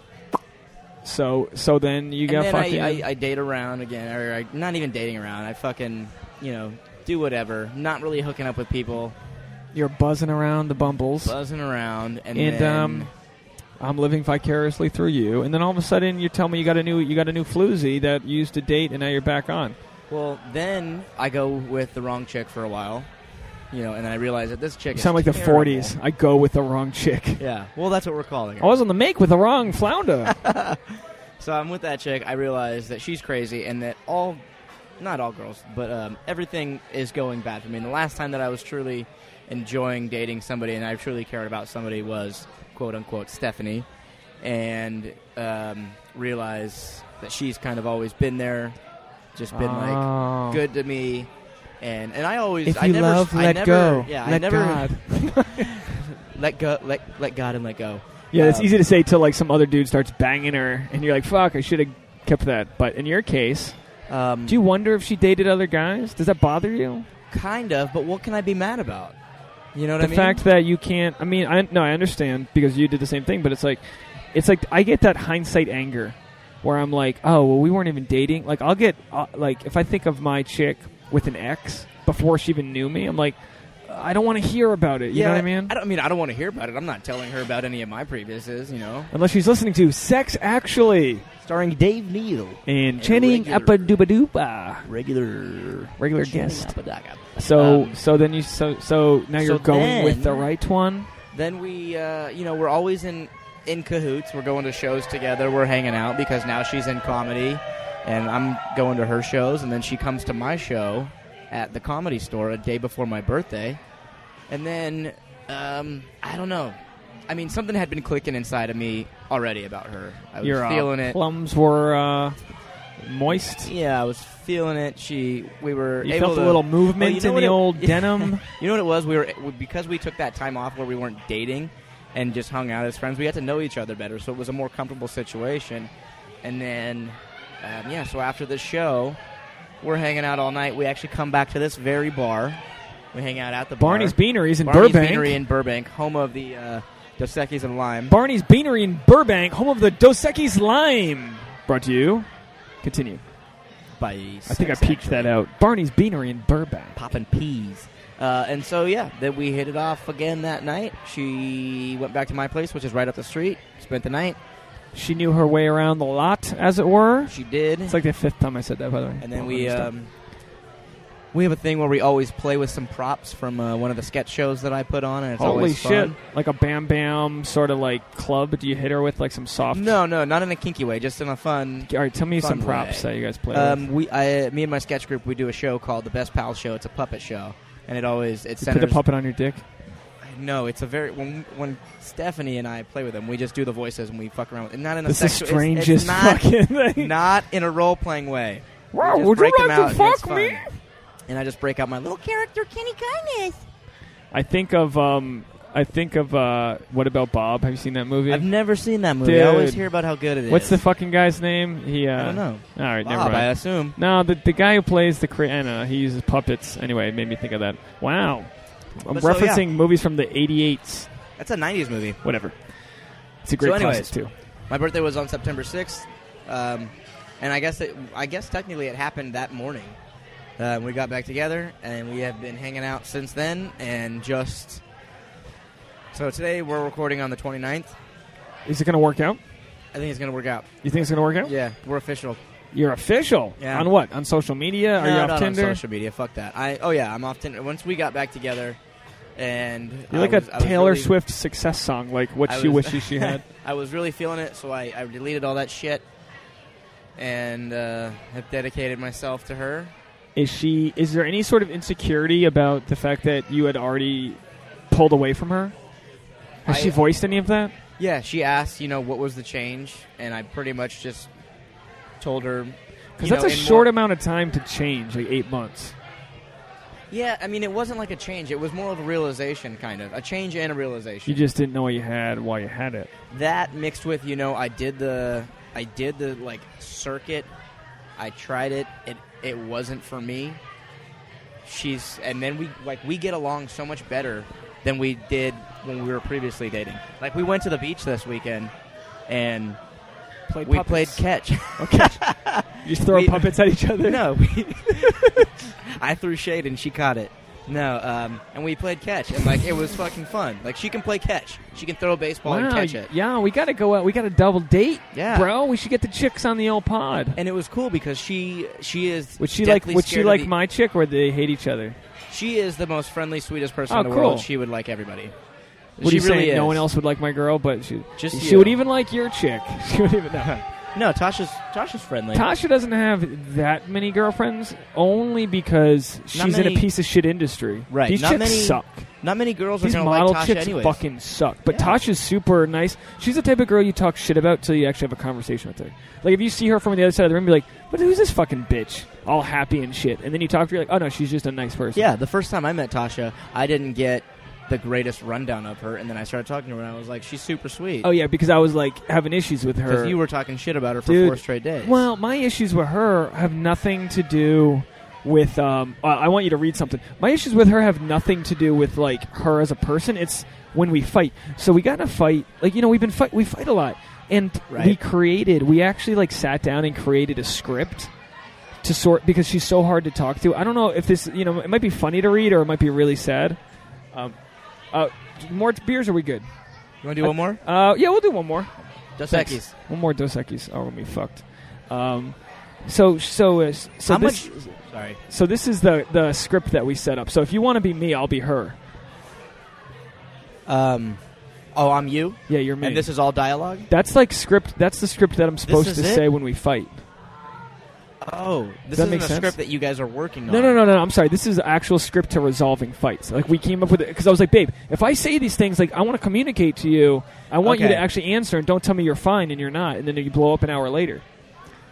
Speaker 1: so so. Then you
Speaker 2: and
Speaker 1: got
Speaker 2: then
Speaker 1: fucking.
Speaker 2: I, I, I date around again, or I, not even dating around. I fucking you know do whatever. Not really hooking up with people,
Speaker 1: you're buzzing around the bumbles,
Speaker 2: buzzing around, and,
Speaker 1: and
Speaker 2: then,
Speaker 1: um, I'm living vicariously through you. And then all of a sudden, you tell me you got a new you got a new floozy that you used to date, and now you're back on.
Speaker 2: Well, then I go with the wrong chick for a while, you know, and then I realize that this chick
Speaker 1: You
Speaker 2: is
Speaker 1: sound like the
Speaker 2: terrible.
Speaker 1: 40s. I go with the wrong chick.
Speaker 2: Yeah. Well, that's what we're calling her.
Speaker 1: I was on the make with the wrong flounder.
Speaker 2: So I'm with that chick. I realize that she's crazy and that all, not all girls, but um, everything is going bad for me. And the last time that I was truly enjoying dating somebody and I truly cared about somebody was quote unquote Stephanie, and um, realize that she's kind of always been there, just been like
Speaker 1: Oh.
Speaker 2: good to me. And, and I always
Speaker 1: If
Speaker 2: I
Speaker 1: you
Speaker 2: never,
Speaker 1: love,
Speaker 2: I
Speaker 1: let
Speaker 2: never,
Speaker 1: go.
Speaker 2: Yeah,
Speaker 1: let
Speaker 2: I never
Speaker 1: God.
Speaker 2: let go, let let God and let go.
Speaker 1: Yeah, it's
Speaker 2: Um,
Speaker 1: easy to say till like some other dude starts banging her, and you're like, "Fuck, I should have kept that." But in your case,
Speaker 2: Um,
Speaker 1: do you wonder if she dated other guys? Does that bother you?
Speaker 2: kind of, but what can I be mad about? You know what
Speaker 1: the
Speaker 2: I mean?
Speaker 1: fact that you can't i mean i no i understand because you did the same thing but it's like it's like i get that hindsight anger where i'm like oh well we weren't even dating like i'll get uh, like if i think of my chick with an ex before she even knew me i'm like i don't want to hear about it you know what i mean
Speaker 2: I don't I mean I don't want to hear about it. I'm not telling her about any of my previouses, you know.
Speaker 1: unless she's listening to sex actually
Speaker 2: Starring Dave Neal,
Speaker 1: and channing
Speaker 2: regular.
Speaker 1: apadoopadoopa
Speaker 2: regular
Speaker 1: regular guest so
Speaker 2: Um,
Speaker 1: so then you so so now you're
Speaker 2: so
Speaker 1: going with
Speaker 2: then-
Speaker 1: the right one
Speaker 2: Then we, uh, you know, we're always in in cahoots. We're going to shows together. We're hanging out because now she's in comedy, and I'm going to her shows, and then she comes to my show at the comedy store a day before my birthday, and then um, I don't know. I mean, something had been clicking inside of me already about her. I was
Speaker 1: your uh,
Speaker 2: feeling it.
Speaker 1: plums were uh, moist
Speaker 2: Yeah, I was feeling it. She, we were
Speaker 1: You
Speaker 2: able
Speaker 1: felt
Speaker 2: to,
Speaker 1: a little movement
Speaker 2: Well, you know
Speaker 1: in
Speaker 2: what
Speaker 1: the
Speaker 2: it-
Speaker 1: old denim.
Speaker 2: You know what it was? We were we- because we took that time off where we weren't dating and just hung out as friends. We got to know each other better, so it was a more comfortable situation. And then, um, yeah, so after the show, we're hanging out all night. We actually come back to this very bar. We hang out at the bar.
Speaker 1: Barney's Beaneries in
Speaker 2: Barney's
Speaker 1: Burbank.
Speaker 2: Beanery in Burbank, home of the uh, Dos Equis and Lime.
Speaker 1: Barney's Beanery in Burbank, home of the Dos Equis Lime. Brought to you. Continue.
Speaker 2: by
Speaker 1: I think I peeked that out. Barney's Beanery in Burbank.
Speaker 2: popping peas. Uh, and so yeah, then we hit it off again that night. She went back to my place, which is right up the street. Spent the night.
Speaker 1: She knew her way around the lot, as it were.
Speaker 2: She did.
Speaker 1: It's like the fifth time I said that, by the way.
Speaker 2: and then
Speaker 1: Don't
Speaker 2: we
Speaker 1: understand.
Speaker 2: um, we have a thing where we always play with some props from uh, one of the sketch shows that I put on, and it's
Speaker 1: Holy
Speaker 2: always
Speaker 1: shit!
Speaker 2: fun.
Speaker 1: Like a bam bam sort of like club. Do you hit her with like some soft?
Speaker 2: No, no, not in a kinky way, just in a fun. Um,
Speaker 1: All right, tell me
Speaker 2: Fun
Speaker 1: some props
Speaker 2: way.
Speaker 1: that you guys play. with.
Speaker 2: Um, we, I, me and my sketch group, we do a show called the Best Pal Show. It's a puppet show, and it always it
Speaker 1: You put
Speaker 2: centers.
Speaker 1: the puppet on your dick.
Speaker 2: No, it's a very when when Stephanie and I play with them, we just do the voices and we fuck around with it. Not in a
Speaker 1: This is
Speaker 2: sexual, it's- it's
Speaker 1: strangest
Speaker 2: not,
Speaker 1: fucking thing.
Speaker 2: Not in a role playing way. We
Speaker 1: Wow,
Speaker 2: just
Speaker 1: would you
Speaker 2: break them
Speaker 1: like to
Speaker 2: out and it's
Speaker 1: fuck me?
Speaker 2: fun. And I just break out my little character, Kenny Kindness.
Speaker 1: I think of um, I think of uh, what about Bob? Have you seen that movie?
Speaker 2: I've never seen that movie. I always
Speaker 1: Dude.
Speaker 2: hear about how good it is.
Speaker 1: What's the fucking guy's name? He. Uh,
Speaker 2: I don't know.
Speaker 1: All right, never
Speaker 2: Bob, I
Speaker 1: mind.
Speaker 2: assume.
Speaker 1: No, the the guy who plays the cra- I don't know, he uses puppets. Anyway, it made me think of that. Wow, I'm
Speaker 2: But so,
Speaker 1: referencing
Speaker 2: yeah.
Speaker 1: movies from the '88s.
Speaker 2: That's a '90s movie.
Speaker 1: Whatever. It's a great
Speaker 2: So anyways,
Speaker 1: classic too.
Speaker 2: My birthday was on September 6th, um, and I guess it, I guess technically it happened that morning. Uh, we got back together, and we have been hanging out since then, and just so today we're recording on the 29ninth.
Speaker 1: Is it going to work out?
Speaker 2: I think it's gonna work out.
Speaker 1: You think it's going to work out?
Speaker 2: Yeah, we're official.
Speaker 1: You're official.
Speaker 2: Yeah.
Speaker 1: On what? On social media? Are
Speaker 2: No,
Speaker 1: you off
Speaker 2: not
Speaker 1: Tinder?
Speaker 2: on social media? Fuck that. I oh yeah, I'm off Tinder. Once we got back together, and
Speaker 1: You're
Speaker 2: I
Speaker 1: like
Speaker 2: was- I
Speaker 1: a
Speaker 2: was
Speaker 1: Taylor
Speaker 2: really-
Speaker 1: Swift success song, like what
Speaker 2: I
Speaker 1: she
Speaker 2: was-
Speaker 1: wishes she had.
Speaker 2: I was really feeling it, so I, I deleted all that shit, and uh, have dedicated myself to her.
Speaker 1: Is she? Is there any sort of insecurity about the fact that you had already pulled away from her? Has
Speaker 2: I-
Speaker 1: she voiced any of that?
Speaker 2: Yeah, she asked, you know, what was the change, and I pretty much just told her
Speaker 1: Because
Speaker 2: you
Speaker 1: that's
Speaker 2: know,
Speaker 1: a
Speaker 2: in
Speaker 1: short
Speaker 2: more-
Speaker 1: amount of time to change, like eight months.
Speaker 2: Yeah, I mean, it wasn't like a change; it was more of a realization, kind of a change and a realization.
Speaker 1: You just didn't know what you had while you had it.
Speaker 2: that mixed with, you know, I did the, I did the like circuit, I tried it, it it wasn't for me. She's, and then we like we get along so much better than we did when we were previously dating. Like we went to the beach this weekend, and
Speaker 1: Played
Speaker 2: we played
Speaker 1: puppets.
Speaker 2: catch.
Speaker 1: Okay. you just throw
Speaker 2: We-
Speaker 1: puppets at each other.
Speaker 2: No, we- I threw shade and she caught it. No, um, and we played catch and like it was fucking fun. Like she can play catch, she can throw a baseball
Speaker 1: Wow,
Speaker 2: and catch it,
Speaker 1: Yeah, we got to go out. We got a double date,
Speaker 2: Yeah.
Speaker 1: bro. We should get the chicks on the old pod.
Speaker 2: and it was cool because she she is
Speaker 1: would she like?
Speaker 2: deathly
Speaker 1: Would she
Speaker 2: scared of
Speaker 1: like
Speaker 2: the-
Speaker 1: my chick, or they hate each other?
Speaker 2: She is the most friendly, sweetest person
Speaker 1: Oh,
Speaker 2: in the world.
Speaker 1: cool.
Speaker 2: She would like everybody.
Speaker 1: What
Speaker 2: she
Speaker 1: are you
Speaker 2: really
Speaker 1: saying?
Speaker 2: is.
Speaker 1: No one else would like my girl, but she
Speaker 2: Just
Speaker 1: she
Speaker 2: you.
Speaker 1: would even like your chick. She would even. No.
Speaker 2: No, Tasha's Tasha's friendly.
Speaker 1: Tasha doesn't have that many girlfriends, only because she's in
Speaker 2: many-
Speaker 1: a piece of shit industry.
Speaker 2: Right,
Speaker 1: These
Speaker 2: not
Speaker 1: chicks
Speaker 2: many-
Speaker 1: suck.
Speaker 2: Not many girls
Speaker 1: These
Speaker 2: are gonna
Speaker 1: model
Speaker 2: like Tasha
Speaker 1: chicks
Speaker 2: anyways.
Speaker 1: fucking suck. But
Speaker 2: Yeah.
Speaker 1: Tasha's super nice. She's the type of girl you talk shit about till you actually have a conversation with her. Like if you see her from the other side of the room, you're like, "But who's this fucking bitch? All happy and shit." And then you talk to her, you're like, "Oh no, she's just a nice person."
Speaker 2: Yeah, the first time I met Tasha, I didn't get the greatest rundown of her, and then I started talking to her, and I was like, she's super sweet.
Speaker 1: Oh yeah, because I was like having issues with her.
Speaker 2: Because you were talking shit about her for
Speaker 1: Dude,
Speaker 2: four straight days.
Speaker 1: Well, my issues with her have nothing to do with. Um, I I want you to read something. My issues with her have nothing to do with like her as a person. It's when we fight. So we got in a fight. Like you know, we've been fight. We fight a lot, and
Speaker 2: Right.
Speaker 1: we created. We actually like sat down and created a script to sort because she's so hard to talk to. I don't know if this. You know, it might be funny to read or it might be really sad. Um, uh, more beers? Are we good?
Speaker 2: you want to do one more?
Speaker 1: Uh, yeah, we'll do one more.
Speaker 2: Dos
Speaker 1: Thanks.
Speaker 2: Equis.
Speaker 1: One more Dos Equis. Oh, we'll be fucked. Um, so so uh, so
Speaker 2: How
Speaker 1: this
Speaker 2: much? Sorry.
Speaker 1: so this is the the script that we set up. So if you want to be me, I'll be her.
Speaker 2: Um, oh, I'm you,
Speaker 1: Yeah, you're me.
Speaker 2: and this is all dialogue.
Speaker 1: that's like script. That's the script that I'm supposed
Speaker 2: is
Speaker 1: to
Speaker 2: it?
Speaker 1: say when we fight.
Speaker 2: Oh, this
Speaker 1: that
Speaker 2: isn't
Speaker 1: make
Speaker 2: a
Speaker 1: sense?
Speaker 2: script that you guys are working on.
Speaker 1: No, no, no, no. I'm sorry. This is actual script to resolving fights. Like we came up with it because I was like, babe, if I say these things, like I want to communicate to you. I want you
Speaker 2: Okay.
Speaker 1: to actually answer and don't tell me you're fine and you're not, and then you blow up an hour later.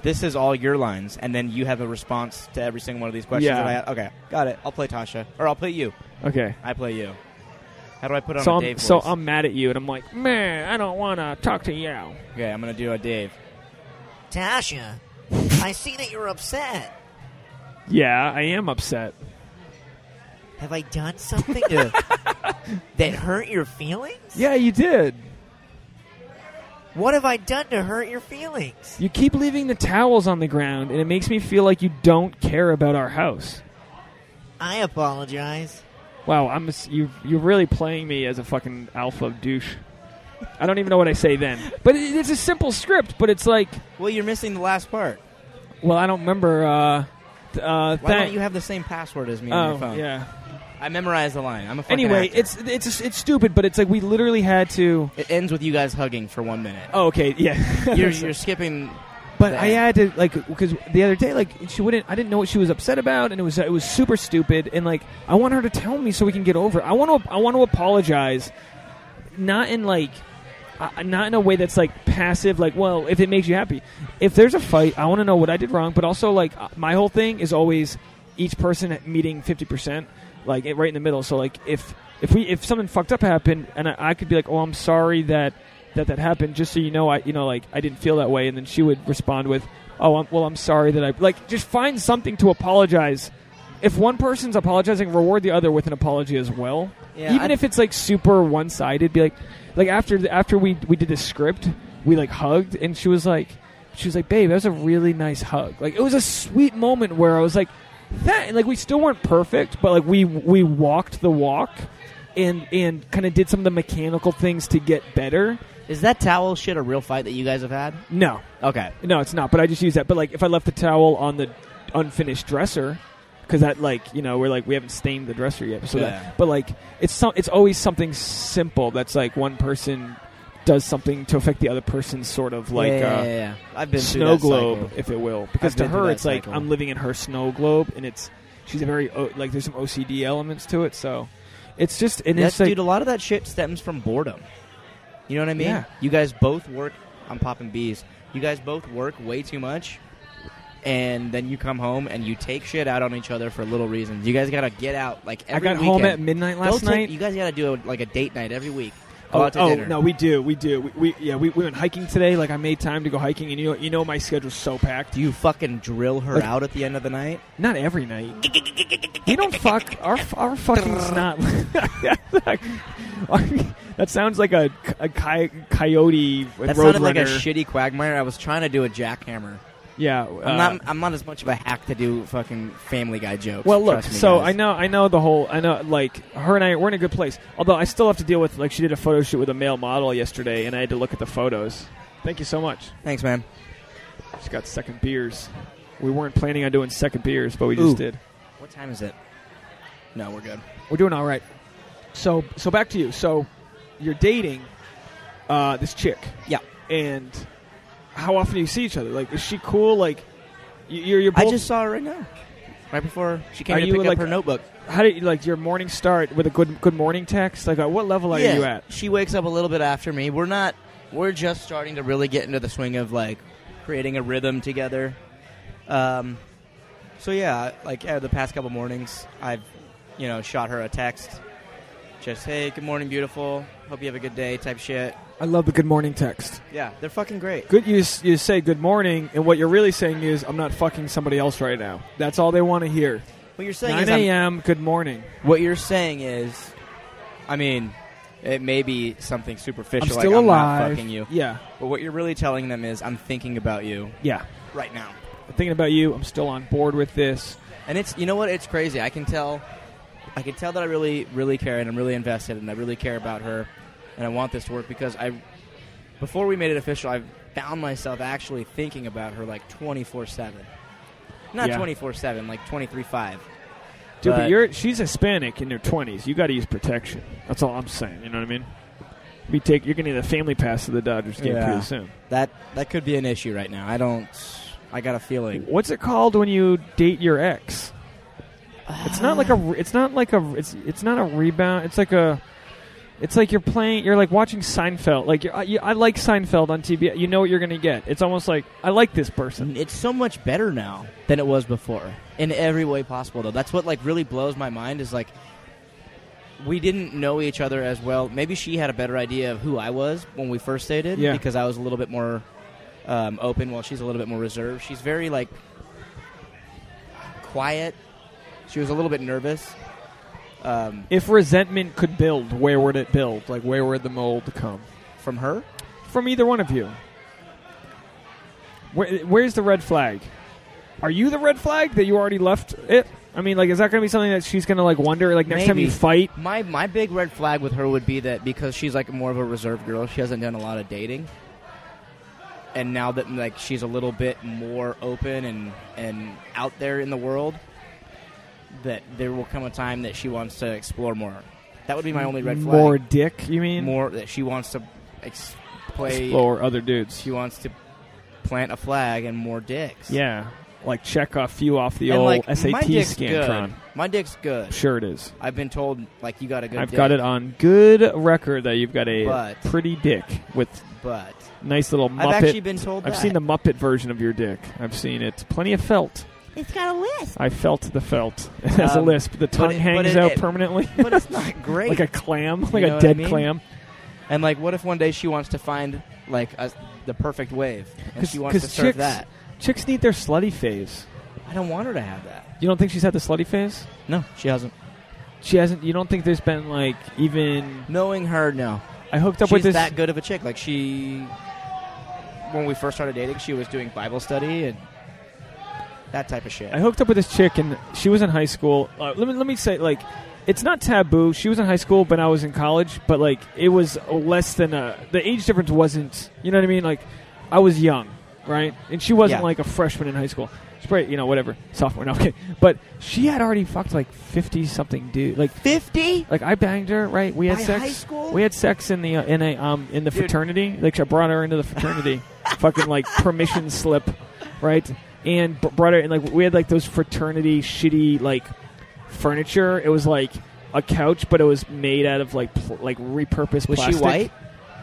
Speaker 2: This is all your lines, and then you have a response to every single one of these questions.
Speaker 1: Yeah.
Speaker 2: That I had. Okay, got it. I'll play Tasha, or I'll play you.
Speaker 1: Okay.
Speaker 2: I play you. How do I put on
Speaker 1: So
Speaker 2: a
Speaker 1: I'm,
Speaker 2: Dave
Speaker 1: so
Speaker 2: voice?
Speaker 1: I'm mad at you, and I'm like, man, I don't want to talk to you.
Speaker 2: okay, I'm gonna do a Dave.
Speaker 4: Tasha, I see that you're upset.
Speaker 1: Yeah, I am upset.
Speaker 4: Have I done something that hurt your feelings?
Speaker 1: Yeah, you did.
Speaker 4: What have I done to hurt your feelings?
Speaker 1: You keep leaving the towels on the ground, and it makes me feel like you don't care about our house.
Speaker 4: I apologize.
Speaker 1: Wow, I'm s- you. You're really playing me as a fucking alpha douche. I don't even know what I say then. But it, it's a simple script. But it's like,
Speaker 2: Well, you're missing the last part.
Speaker 1: well, I don't remember. Uh, th- uh,
Speaker 2: Why
Speaker 1: thank-
Speaker 2: don't you have the same password as me on your
Speaker 1: Oh
Speaker 2: phone?
Speaker 1: yeah.
Speaker 2: I memorized the line. I'm a fucking
Speaker 1: Anyway,
Speaker 2: actor.
Speaker 1: it's it's it's stupid, but it's like we literally had to.
Speaker 2: it ends with you guys hugging for one minute.
Speaker 1: Oh, okay, yeah.
Speaker 2: you're, you're skipping.
Speaker 1: But
Speaker 2: That-
Speaker 1: I had to like because the other day like she wouldn't. I didn't know what she was upset about, and it was it was super stupid. And like I want her to tell me so we can get over. it. I want to I want to apologize, not in like. Uh, not in a way that's like passive, like, well, if it makes you happy. If there's a fight, I want to know what I did wrong, but also, like, uh, my whole thing is always each person meeting 50%, like, it, right in the middle. So, like, if if we if something fucked up happened, and I, I could be like, oh, I'm sorry that that that happened just so you know i you know like i didn't feel that way and then she would respond with oh I'm, well i'm sorry that i like just find something to apologize if one person's apologizing reward the other with an apology as well
Speaker 2: Yeah,
Speaker 1: even
Speaker 2: I-
Speaker 1: if it's like super one-sided be like like after the- after we we did the script we like hugged and she was like she was like babe that was a really nice hug like it was a sweet moment where i was like that and like we still weren't perfect but like we we walked the walk and and kind of did some of the mechanical things to get better
Speaker 2: Is that towel shit a real fight that you guys have had?
Speaker 1: no,
Speaker 2: Okay.
Speaker 1: no, it's not. But I just use that. But like, if I left the towel on the unfinished dresser, because that like you know we're like we haven't stained the dresser yet. So
Speaker 2: Yeah.
Speaker 1: that, but like it's some it's always something simple that's like one person does something to affect the other person's sort of like.
Speaker 2: yeah, yeah,
Speaker 1: uh,
Speaker 2: yeah, yeah. I've been through
Speaker 1: snow
Speaker 2: that
Speaker 1: globe,
Speaker 2: cycle.
Speaker 1: if it will, because
Speaker 2: I've
Speaker 1: to
Speaker 2: been through
Speaker 1: her
Speaker 2: that
Speaker 1: it's
Speaker 2: cycle.
Speaker 1: like I'm living in her snow globe, and it's she's a very o- like there's some OCD elements to it, so it's just and
Speaker 2: That's,
Speaker 1: it's like
Speaker 2: dude, a lot of that shit stems from boredom. You know what I mean?
Speaker 1: Yeah.
Speaker 2: You guys both work. I'm popping bees. You guys both work way too much, and then you come home and you take shit out on each other for little reasons. You guys gotta get out like
Speaker 1: I
Speaker 2: every
Speaker 1: got home at
Speaker 2: weekend.
Speaker 1: midnight
Speaker 2: Go
Speaker 1: last
Speaker 2: take-
Speaker 1: night.
Speaker 2: You guys gotta do a, like a date night every week. Go out to dinner.
Speaker 1: Oh, no, we do, we do. We, we yeah, we, we went hiking today. Like I made time to go hiking, and you know, you know, my schedule's so packed.
Speaker 2: Do you fucking drill her
Speaker 1: Like-
Speaker 2: out at the end of the night?
Speaker 1: Not every night. You don't fuck our our fucking snot. that sounds like a, a coy- coyote
Speaker 2: That
Speaker 1: road
Speaker 2: sounded like a
Speaker 1: runner.
Speaker 2: shitty quagmire. I was trying to do a jackhammer.
Speaker 1: yeah, uh,
Speaker 2: I'm not. I'm not as much of a hack to do fucking Family Guy jokes.
Speaker 1: Well, look.
Speaker 2: trust me,
Speaker 1: so
Speaker 2: guys.
Speaker 1: I know, I know the whole. I know, like her and I, we're in a good place. Although I still have to deal with, like, she did a photo shoot with a male model yesterday, and I had to look at the photos. Thank you so much.
Speaker 2: Thanks, man.
Speaker 1: She got second beers. We weren't planning on doing second beers, but we just
Speaker 2: Ooh.
Speaker 1: did.
Speaker 2: What time is it? No, we're good.
Speaker 1: We're doing all right. So, so back to you. So, you're dating uh, this chick.
Speaker 2: Yeah.
Speaker 1: And how often do you see each other? Like, is she cool? Like, you- you're you're both.
Speaker 2: I just saw her right now, right before she came
Speaker 1: Are
Speaker 2: to
Speaker 1: you,
Speaker 2: pick
Speaker 1: like,
Speaker 2: up her notebook.
Speaker 1: how do you like your morning start with a good good morning text? Like, at what level are
Speaker 2: yeah,
Speaker 1: you at?
Speaker 2: she wakes up a little bit after me. We're not. We're just starting to really get into the swing of like creating a rhythm together. Um, so yeah, like uh, the past couple mornings, I've you know shot her a text, just hey, good morning, beautiful. Hope you have a good day, type shit.
Speaker 1: I love the good morning text.
Speaker 2: Yeah, they're fucking great.
Speaker 1: Good, you s- you say good morning, and what you're really saying is, I'm not fucking somebody else right now. That's all they want to hear.
Speaker 2: What you're saying
Speaker 1: Nine
Speaker 2: is, I'm-
Speaker 1: a.m. Good morning.
Speaker 2: What you're saying is, I mean, it may be something superficial.
Speaker 1: I'm
Speaker 2: like,
Speaker 1: still
Speaker 2: I'm
Speaker 1: alive.
Speaker 2: Not fucking you.
Speaker 1: Yeah,
Speaker 2: But what you're really telling them is, I'm thinking about you
Speaker 1: yeah.
Speaker 2: right now.
Speaker 1: Thinking about you. I'm still on board with this.
Speaker 2: And it's, you know what? It's crazy. I can tell, I can tell that I really, really care, and I'm really invested, and I really care about her, and I want this to work because I, before we made it official, I found myself actually thinking about her like 24 seven, not
Speaker 1: Yeah.
Speaker 2: 24 seven, like 23 five.
Speaker 1: Dude, but,
Speaker 2: But-
Speaker 1: you're she's Hispanic in her twenties. You got to use protection. That's all I'm saying. You know what I mean? We take you're going to need a family pass to the Dodgers game
Speaker 2: Yeah.
Speaker 1: pretty soon.
Speaker 2: That that could be an issue right now. I don't. I got a feeling.
Speaker 1: What's it called when you date your ex? It's not like a. re- It's not like a. It's it's not a rebound. It's like a. It's like you're playing. You're like watching Seinfeld. Like you're, I, you, I like Seinfeld on TV. You know what you're going to get. It's almost like I like this person.
Speaker 2: It's so much better now than it was before in every way possible. Though that's what like really blows my mind is like we didn't know each other as well. Maybe she had a better idea of who I was when we first dated
Speaker 1: Yeah.
Speaker 2: because I was a little bit more um, open, while she's a little bit more reserved. She's very like quiet. She was a little bit nervous. Um,
Speaker 1: If resentment could build, where would it build? Like where would the mold come?
Speaker 2: from her,
Speaker 1: from either one of you. Where, where's the red flag? Are you the red flag that you already left it? I mean, like, is that going to be something that she's going to like wonder? Like next time
Speaker 2: Maybe.
Speaker 1: you fight,
Speaker 2: My my big red flag with her would be that because she's like more of a reserved girl, she hasn't done a lot of dating. And now that like she's a little bit more open and and out there in the world, that there will come a time that she wants to explore more. That would be my only red flag.
Speaker 1: more dick. You mean
Speaker 2: more that she wants to ex- play.
Speaker 1: explore other dudes?
Speaker 2: She wants to plant a flag and more dicks.
Speaker 1: Yeah, like check a few off the
Speaker 2: and
Speaker 1: old
Speaker 2: like
Speaker 1: SAT
Speaker 2: my dick's
Speaker 1: scantron.
Speaker 2: good. My dick's good.
Speaker 1: Sure, it is.
Speaker 2: I've been told like you got a good.
Speaker 1: I've
Speaker 2: dick,
Speaker 1: got it on good record that you've got a
Speaker 2: But-
Speaker 1: pretty dick with
Speaker 2: but
Speaker 1: nice little
Speaker 2: I've
Speaker 1: Muppet.
Speaker 2: actually been told.
Speaker 1: I've
Speaker 2: that.
Speaker 1: seen the Muppet version of your dick. I've seen it. Plenty of felt.
Speaker 4: It's got a list.
Speaker 1: I felt the felt as a
Speaker 2: Um,
Speaker 1: lisp. The tongue
Speaker 2: it- but
Speaker 1: hangs
Speaker 2: it-
Speaker 1: out
Speaker 2: it-
Speaker 1: permanently,
Speaker 2: but it's not great.
Speaker 1: like a clam, like
Speaker 2: know
Speaker 1: a
Speaker 2: what I
Speaker 1: dead
Speaker 2: mean?
Speaker 1: clam.
Speaker 2: and like, what if one day she wants to find like a, the perfect wave and
Speaker 1: 'Cause-
Speaker 2: she wants to
Speaker 1: 'cause
Speaker 2: surf
Speaker 1: chicks-
Speaker 2: that?
Speaker 1: Chicks need their slutty phase.
Speaker 2: I don't want her to have that.
Speaker 1: You don't think she's had the slutty phase?
Speaker 2: No, she hasn't.
Speaker 1: She hasn't. You don't think there's been like even
Speaker 2: Knowing her, no.
Speaker 1: I hooked up
Speaker 2: She's
Speaker 1: with this.
Speaker 2: that good of a chick. Like she, when we first started dating, she was doing Bible study and that type of shit.
Speaker 1: I hooked up with this chick, and she was in high school. Uh, let me let me say, like, it's not taboo. She was in high school, but I was in college. But like, it was less than a. The age difference wasn't. You know what I mean? Like, I was young, right? And she wasn't
Speaker 2: Yeah.
Speaker 1: like a freshman in high school. She's probably you know whatever sophomore. No, okay. But she had already fucked like fifty something dude. Like,
Speaker 4: Fifty.
Speaker 1: like I banged her, right? We had
Speaker 4: By
Speaker 1: sex.
Speaker 4: high school?
Speaker 1: We had sex in the uh, in a um in the
Speaker 2: Dude.
Speaker 1: fraternity. Like I brought her into the fraternity, fucking like permission slip, right? And b- brought her and like we had like those fraternity shitty like furniture. It was like a couch, but it was made out of like pl- like repurposed.
Speaker 2: was
Speaker 1: plastic.
Speaker 2: she white?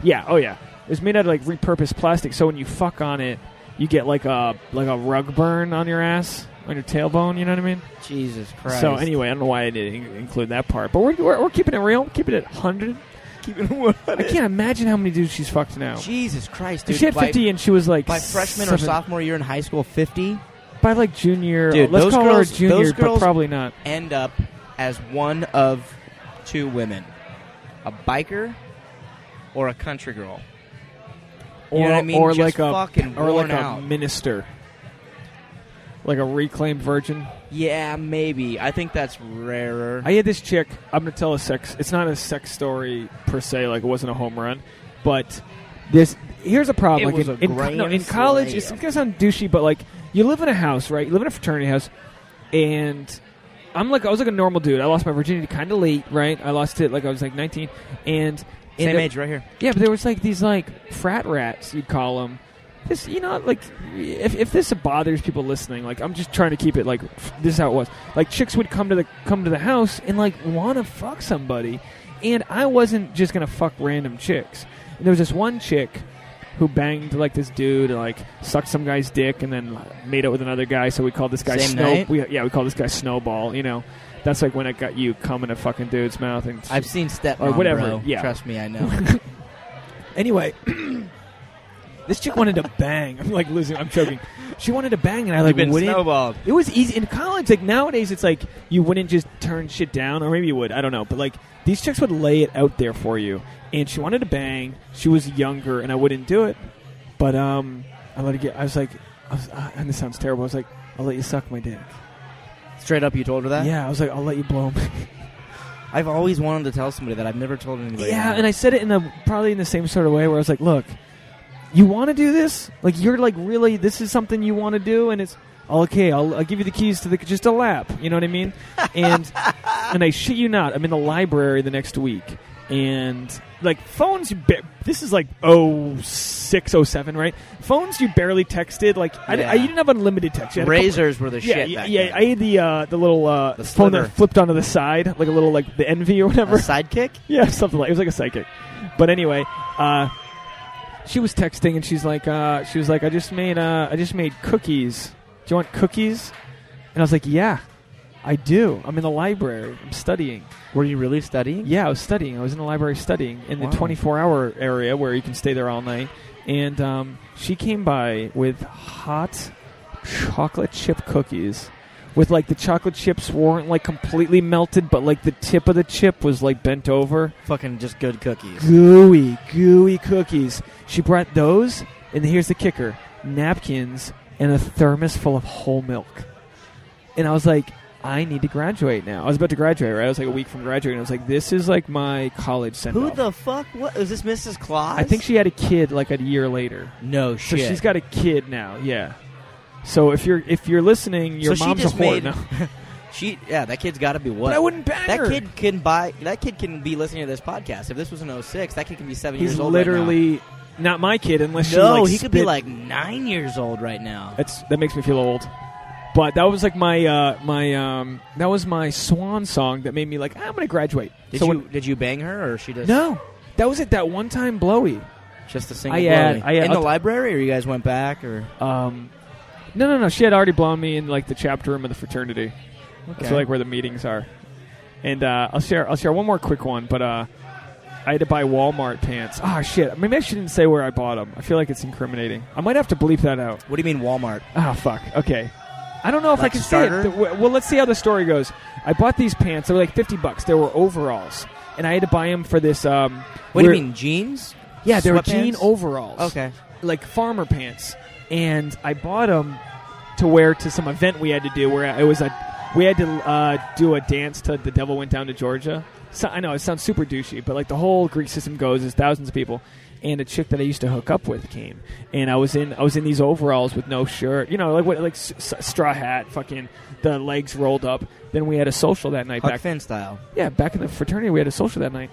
Speaker 1: Yeah. Oh yeah. It was made out of like repurposed plastic. So when you fuck on it, you get like a like a rug burn on your ass on your tailbone. You know what I mean?
Speaker 2: Jesus Christ.
Speaker 1: So anyway, I don't know why I didn't in- include that part, but we're, we're, we're keeping it real, keeping it hundred.
Speaker 2: keeping what?
Speaker 1: I can't imagine how many dudes she's fucked now.
Speaker 2: Jesus Christ, dude.
Speaker 1: Dude, she had
Speaker 2: by,
Speaker 1: fifty, and she was like
Speaker 2: by freshman or
Speaker 1: seven-
Speaker 2: sophomore year in high school, fifty
Speaker 1: by like junior.
Speaker 2: Dude,
Speaker 1: let's
Speaker 2: those
Speaker 1: call
Speaker 2: girls-
Speaker 1: her junior,
Speaker 2: those
Speaker 1: but
Speaker 2: girls-
Speaker 1: probably not.
Speaker 2: end up as one of two women, a biker or a country girl.
Speaker 1: Or,
Speaker 2: You know what I mean?
Speaker 1: or
Speaker 2: Just
Speaker 1: like a
Speaker 2: fucking
Speaker 1: or like
Speaker 2: worn
Speaker 1: a
Speaker 2: out.
Speaker 1: minister, like a reclaimed virgin.
Speaker 2: Yeah, maybe. I think that's rarer.
Speaker 1: I had this chick. I'm gonna tell a sex. It's not a sex story per se. Like it wasn't a home run, but this here's a problem.
Speaker 2: It
Speaker 1: like
Speaker 2: was
Speaker 1: in,
Speaker 2: a
Speaker 1: in co- no,
Speaker 2: grand
Speaker 1: in college,
Speaker 2: slam.
Speaker 1: it's, it's gonna sound douchey, but like you live in a house, right? You live in a fraternity house, and I'm like I was like a normal dude. I lost my virginity kind of late, right? I lost it like I was like 19, and
Speaker 2: Same
Speaker 1: and-
Speaker 2: age, right here.
Speaker 1: yeah, but there was like these like frat rats, you'd call them. This, you know, like if, if this bothers people listening, like I'm just trying to keep it like f- this is how it was. Like chicks would come to the come to the house and like want to fuck somebody, and I wasn't just gonna fuck random chicks. And there was this one chick who banged like this dude and like sucked some guy's dick and then made out with another guy. So we called this guy
Speaker 2: Same
Speaker 1: Snow.
Speaker 2: night?
Speaker 1: We, yeah, we called this guy Snowball. You know, that's like when it got you cum in a fucking dude's mouth and
Speaker 2: I've seen Step
Speaker 1: Or whatever, yeah.
Speaker 2: Trust me, I know.
Speaker 1: Anyway, this chick wanted to bang. I'm like losing. I'm choking. She wanted to bang, and I
Speaker 2: You've
Speaker 1: like
Speaker 2: been
Speaker 1: wouldn't.
Speaker 2: snowballed.
Speaker 1: It was easy in college. Like nowadays, it's like you wouldn't just turn shit down, or maybe you would. I don't know. But like these chicks would lay it out there for you. And she wanted to bang. She was younger, and I wouldn't do it. But um, I let her get. I was like, I was, uh, and this sounds terrible. I was like, I'll let you suck my dick.
Speaker 2: Straight up, you told her that?
Speaker 1: yeah, I was like, I'll let you blow me.
Speaker 2: I've always wanted to tell somebody that. I've never told anybody.
Speaker 1: Yeah, and I said it in the probably in the same sort of way where I was like, "Look, you want to do this? Like you're like really this is something you want to do, and it's okay. I'll, I'll give you the keys to the just a lap. You know what I mean? And and I shit you not, I'm in the library the next week, and like phones. You ba- this is like oh six oh seven, right? Phones you barely texted. Like I,
Speaker 2: Yeah.
Speaker 1: I you didn't have unlimited text. You had a couple-
Speaker 2: Razors were the
Speaker 1: yeah,
Speaker 2: shit.
Speaker 1: yeah,
Speaker 2: back
Speaker 1: yeah.
Speaker 2: then.
Speaker 1: I had the uh, the little uh,
Speaker 2: The
Speaker 1: phone that
Speaker 2: sliver.
Speaker 1: flipped onto the side, like a little like the envy or
Speaker 2: A
Speaker 1: whatever.
Speaker 2: sidekick.
Speaker 1: Yeah, something like it was like a psychic. But anyway, uh, she was texting and she's like, uh, she was like, I just made, uh, I just made cookies. Do you want cookies? And I was like, Yeah, I do. I'm in the library. I'm studying.
Speaker 2: Were you really studying?
Speaker 1: Yeah, I was studying. I was in the library studying in
Speaker 2: Wow.
Speaker 1: the 24 hour area where you can stay there all night. And um, she came by with hot chocolate chip cookies. With like the chocolate chips weren't like completely melted, but like the tip of the chip was like bent over
Speaker 2: Fucking just good cookies.
Speaker 1: gooey, gooey cookies. She brought those, and here's the kicker: napkins and a thermos full of whole milk. And I was like, I need to graduate now. I was about to graduate, right? I was like a week from graduating. I was like, this is like my college send
Speaker 2: Who the fuck? What is this, Mrs. Claus?
Speaker 1: I think she had a kid like a year later,
Speaker 2: No
Speaker 1: so
Speaker 2: shit.
Speaker 1: she's got a kid now. Yeah. So if you're if you're listening, your
Speaker 2: so
Speaker 1: mom's
Speaker 2: she just
Speaker 1: a whore.
Speaker 2: made.
Speaker 1: now.
Speaker 2: she yeah, that kid's got to be what?
Speaker 1: But I wouldn't bang
Speaker 2: that
Speaker 1: her.
Speaker 2: kid can buy. That kid can be listening to this podcast. If this was an 06, that kid can be seven
Speaker 1: He's
Speaker 2: years old. right now.
Speaker 1: literally not my kid unless she.
Speaker 2: No,
Speaker 1: like,
Speaker 2: he could be
Speaker 1: spit-
Speaker 2: like nine years old right now.
Speaker 1: That's that makes me feel old. But that was like my uh, my um, that was my swan song that made me like "Ah, I'm gonna graduate.
Speaker 2: Did
Speaker 1: so
Speaker 2: you
Speaker 1: when-
Speaker 2: did you bang her or she just
Speaker 1: no, that was it. That one time blowy.
Speaker 2: just the single?
Speaker 1: I had-
Speaker 2: blowy?
Speaker 1: I had-
Speaker 2: in
Speaker 1: I'll
Speaker 2: the
Speaker 1: t-
Speaker 2: library, or you guys went back, or
Speaker 1: Um, no, no, no. She had already blown me in like the chapter room of the fraternity.
Speaker 2: okay.
Speaker 1: So like where the meetings are. And uh, I'll share I'll share one more quick one, but uh, I had to buy Walmart pants. Ah, shit. Maybe I shouldn't say where I bought them. I feel like it's incriminating. I might have to bleep that out.
Speaker 2: what do you mean Walmart?
Speaker 1: Ah, fuck. Okay. I don't know if I
Speaker 2: Like
Speaker 1: can
Speaker 2: starter?
Speaker 1: say it. The- w- Well, let's see how the story goes. I bought these pants. They were like fifty bucks. They were overalls, and I had to buy them for this. Um,
Speaker 2: What do
Speaker 1: we're-
Speaker 2: you mean jeans?
Speaker 1: Yeah, they were
Speaker 2: Sweatpants?
Speaker 1: jean overalls.
Speaker 2: Okay,
Speaker 1: like farmer pants, and I bought them to wear to some event we had to do where it was a we had to uh, do a dance to "The Devil Went Down to Georgia." So, I know it sounds super douchey, but like the whole Greek system goes is thousands of people, and a chick that I used to hook up with came, and I was in I was in these overalls with no shirt, you know, like what like s- s- straw hat, fucking the legs rolled up. Then we had a social that night
Speaker 2: Huck
Speaker 1: back
Speaker 2: Finn style.
Speaker 1: yeah, back in the fraternity, we had a social that night,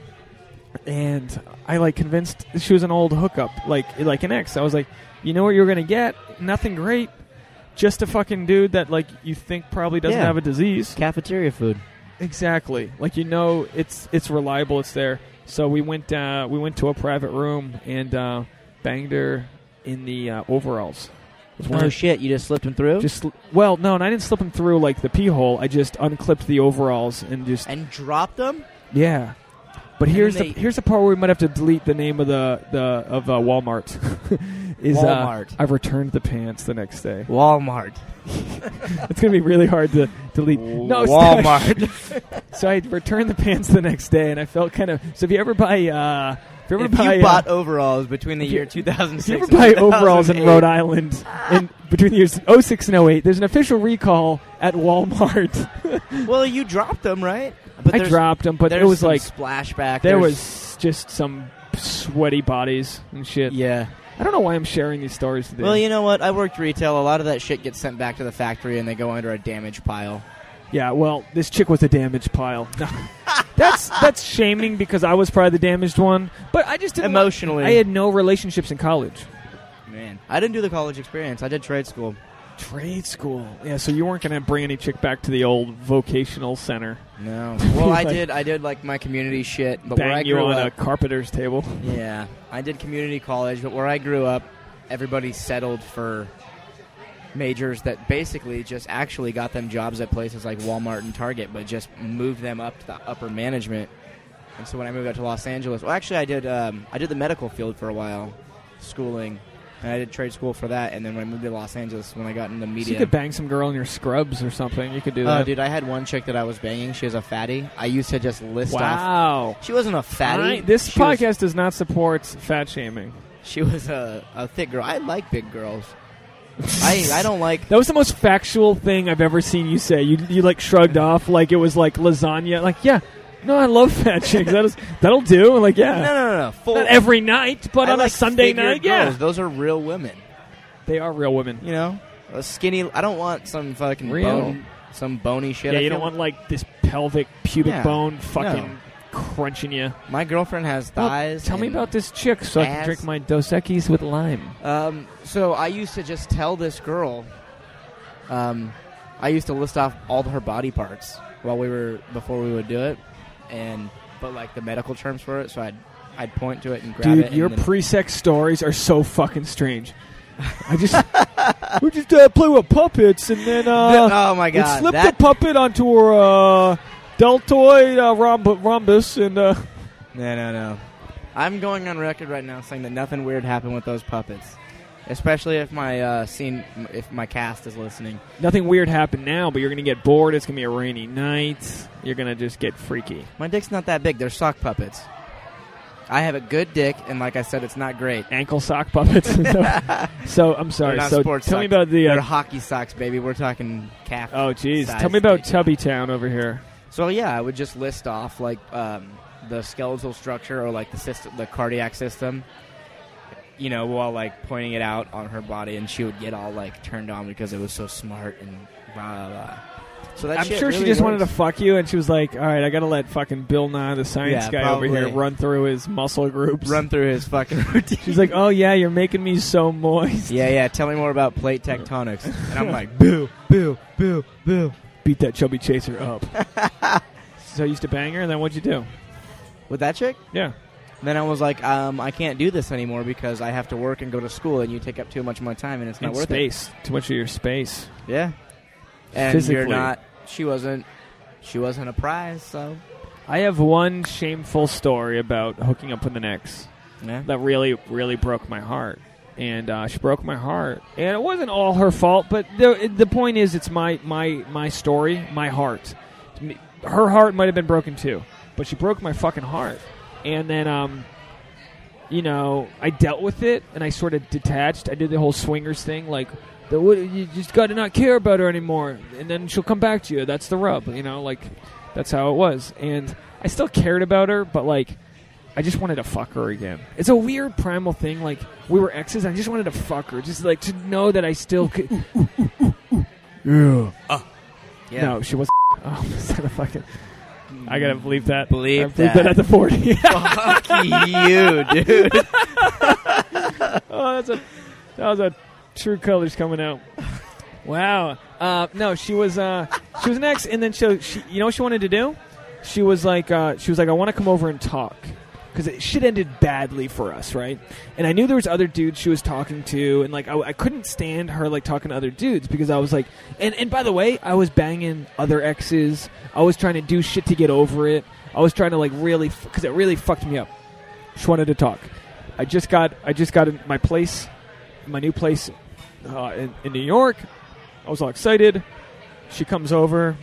Speaker 1: and I like convinced she was an old hookup, like like an ex. I was like, you know what you're gonna get? Nothing great, just a fucking dude that like you think probably doesn't
Speaker 2: Yeah.
Speaker 1: have a disease.
Speaker 2: Cafeteria food.
Speaker 1: Exactly, like you know it's it's reliable, it's there. So we went uh, we went to a private room and uh, banged her in the uh, overalls. It was one
Speaker 2: Oh
Speaker 1: of-
Speaker 2: shit! You just slipped him through
Speaker 1: just well, no, and I didn't slip him through like the pee hole. I just unclipped the overalls and just
Speaker 2: and dropped them.
Speaker 1: yeah, but
Speaker 2: And
Speaker 1: here's
Speaker 2: then
Speaker 1: the
Speaker 2: they-
Speaker 1: here's the part where we might have to delete the name of the the of uh, Walmart. is uh,
Speaker 2: Walmart.
Speaker 1: I returned the pants the next day.
Speaker 2: Walmart.
Speaker 1: It's gonna be really hard to delete. No, it's not.
Speaker 2: Walmart.
Speaker 1: So I returned the pants the next day, and I felt kind of. So if you ever buy, uh, if you ever
Speaker 2: if
Speaker 1: buy,
Speaker 2: you
Speaker 1: uh,
Speaker 2: bought overalls between the
Speaker 1: if you-
Speaker 2: year 2006
Speaker 1: if you ever
Speaker 2: and
Speaker 1: buy overalls in
Speaker 2: 2008,
Speaker 1: Rhode Island in between the years 06 and 08, there's an official recall at Walmart.
Speaker 2: Well, you dropped them, right? But
Speaker 1: I
Speaker 2: there's-
Speaker 1: dropped them, but it
Speaker 2: there's
Speaker 1: was
Speaker 2: some
Speaker 1: like
Speaker 2: splashback.
Speaker 1: there
Speaker 2: there's-
Speaker 1: was just some sweaty bodies and shit.
Speaker 2: yeah.
Speaker 1: I don't know why I'm sharing these stories today.
Speaker 2: Well, you know what? I worked retail. A lot of that shit gets sent back to the factory, and they go under a damage pile.
Speaker 1: Yeah, well, this chick was a damaged pile. No. that's that's shaming because I was probably the damaged one, but I just didn't.
Speaker 2: Emotionally,
Speaker 1: I had no relationships in college.
Speaker 2: man, I didn't do the college experience. I did trade school.
Speaker 1: Trade school. Yeah, so you weren't going to bring any chick back to the old vocational center.
Speaker 2: No. Well, I
Speaker 1: Like-
Speaker 2: did. I did like my community shit, but where I
Speaker 1: Bang you
Speaker 2: grew
Speaker 1: on
Speaker 2: up.
Speaker 1: a carpenter's table.
Speaker 2: Yeah, I did community college, but where I grew up, everybody settled for majors that basically just actually got them jobs at places like Walmart and Target, but just moved them up to the upper management. And so when I moved out to Los Angeles, well, actually, I did um, I did the medical field for a while, schooling, and I did trade school for that. And then when I moved to Los Angeles, when I got into
Speaker 1: So
Speaker 2: media,
Speaker 1: you could bang some girl in your scrubs or something. You could do
Speaker 2: oh,
Speaker 1: that.
Speaker 2: dude, I had one chick that I was banging. She was a fatty. I used to just list off.
Speaker 1: wow.
Speaker 2: She wasn't a fatty.
Speaker 1: I- this
Speaker 2: She was-
Speaker 1: podcast does not support fat shaming.
Speaker 2: She was a, a thick girl. I like big girls. I I don't like.
Speaker 1: That was the most factual thing I've ever seen you say. You you like shrugged off like it was like lasagna. Like yeah, no, I love fat chicks. That is that'll do. And, Like yeah,
Speaker 2: No, no, no, no. Full.
Speaker 1: not every night, but
Speaker 2: I
Speaker 1: on
Speaker 2: like
Speaker 1: a Sunday
Speaker 2: figured
Speaker 1: night.
Speaker 2: girls.
Speaker 1: Yeah,
Speaker 2: those are real women.
Speaker 1: they are real women.
Speaker 2: You know, a skinny. I don't want some fucking
Speaker 1: Real.
Speaker 2: bone, some bony shit.
Speaker 1: Yeah,
Speaker 2: I
Speaker 1: you don't
Speaker 2: feel-
Speaker 1: want like this pelvic pubic
Speaker 2: Yeah.
Speaker 1: bone fucking
Speaker 2: No.
Speaker 1: crunching you.
Speaker 2: My girlfriend has thighs.
Speaker 1: Tell me
Speaker 2: and-
Speaker 1: about this chick so I can
Speaker 2: ass.
Speaker 1: drink my Dos Equis with lime.
Speaker 2: Um, so I used to just tell this girl. Um, I used to list off all her body parts while we were before we would do it, and but like the medical terms for it. So I'd I'd point to it and grab it.
Speaker 1: Dude,
Speaker 2: and
Speaker 1: your
Speaker 2: then-
Speaker 1: pre-sex stories are so fucking strange. I just we just uh, play with puppets and then uh,
Speaker 2: oh my
Speaker 1: We
Speaker 2: god!
Speaker 1: slipped
Speaker 2: that-
Speaker 1: the puppet onto her uh, deltoid uh, rhomb- rhombus, and uh,
Speaker 2: No, no, no. I'm going on record right now saying that nothing weird happened with those puppets, especially if my uh, scene, if my cast is listening.
Speaker 1: nothing weird happened now. But you're gonna get bored. It's gonna be a rainy night. You're gonna just get freaky.
Speaker 2: My dick's not that big; they're sock puppets. I have a good dick, and like I said, it's not great.
Speaker 1: Ankle sock puppets. so, so, I'm
Speaker 2: They're
Speaker 1: sorry.
Speaker 2: not
Speaker 1: So tell
Speaker 2: sports
Speaker 1: me
Speaker 2: socks.
Speaker 1: about the.
Speaker 2: They're
Speaker 1: Uh,
Speaker 2: hockey socks, baby. We're talking calf.
Speaker 1: oh, jeez.
Speaker 2: size
Speaker 1: Tell me about
Speaker 2: dick.
Speaker 1: Tubby Town over here.
Speaker 2: So yeah, I would just list off like um, the skeletal structure or like the system, the cardiac system. You know, while like pointing it out on her body, and she would get all like turned on because it was so smart and blah blah. blah. So that
Speaker 1: I'm
Speaker 2: shit
Speaker 1: sure she
Speaker 2: really
Speaker 1: just wanted to
Speaker 2: works.
Speaker 1: fuck you, and she was like, "All right, I gotta let fucking Bill Nye, the science
Speaker 2: Yeah,
Speaker 1: guy over here,
Speaker 2: probably.
Speaker 1: run through his muscle groups."
Speaker 2: run through his fucking routine.
Speaker 1: She's like, "Oh yeah, you're making me so moist."
Speaker 2: yeah, yeah. Tell me more about plate tectonics. And I'm like, boo, boo, boo, boo.
Speaker 1: Beat that chubby chaser up. so I used to bang her, and then what'd you do?
Speaker 2: With that chick.
Speaker 1: Yeah,
Speaker 2: Then I was like, um, I can't do this anymore because I have to work and go to school, and you take up too much of my time, and it's not
Speaker 1: in
Speaker 2: worth
Speaker 1: space. Too much of your space.
Speaker 2: it. Yeah, and
Speaker 1: Physically.
Speaker 2: you're not. She wasn't. She wasn't a prize, so
Speaker 1: I have one shameful story about hooking up with an ex.
Speaker 2: yeah.
Speaker 1: that really really broke my heart and uh, she broke my heart and it wasn't all her fault but the, the point is it's my my my story my heart her heart might have been broken too but she broke my fucking heart and then um you know i dealt with it and i sort of detached i did the whole swingers thing like the, what, you just gotta not care about her anymore and then she'll come back to you that's the rub you know like that's how it was and i still cared about her but like I just wanted to fuck her again. It's a weird primal thing. Like we were exes, I just wanted to fuck her, just like to know that I still could.
Speaker 2: yeah.
Speaker 1: No, she was. Oh, is that a fucking? I gotta believe that.
Speaker 2: Bleep
Speaker 1: I bleep
Speaker 2: that.
Speaker 1: at the forty.
Speaker 2: Fuck you, dude.
Speaker 1: oh, that's a that was a true colors coming out. Wow. Uh, no, she was uh, she was an ex, and then she, she you know what she wanted to do? She was like uh, she was like I want to come over and talk because shit ended badly for us, right? And I knew there was other dudes she was talking to, and like I, I couldn't stand her like talking to other dudes because I was like, and and by the way, I was banging other exes. I was trying to do shit to get over it. I was trying to like really because it really fucked me up. She wanted to talk. I just got I just got in my place, my new place uh, in, in New York. I was all excited. She comes over.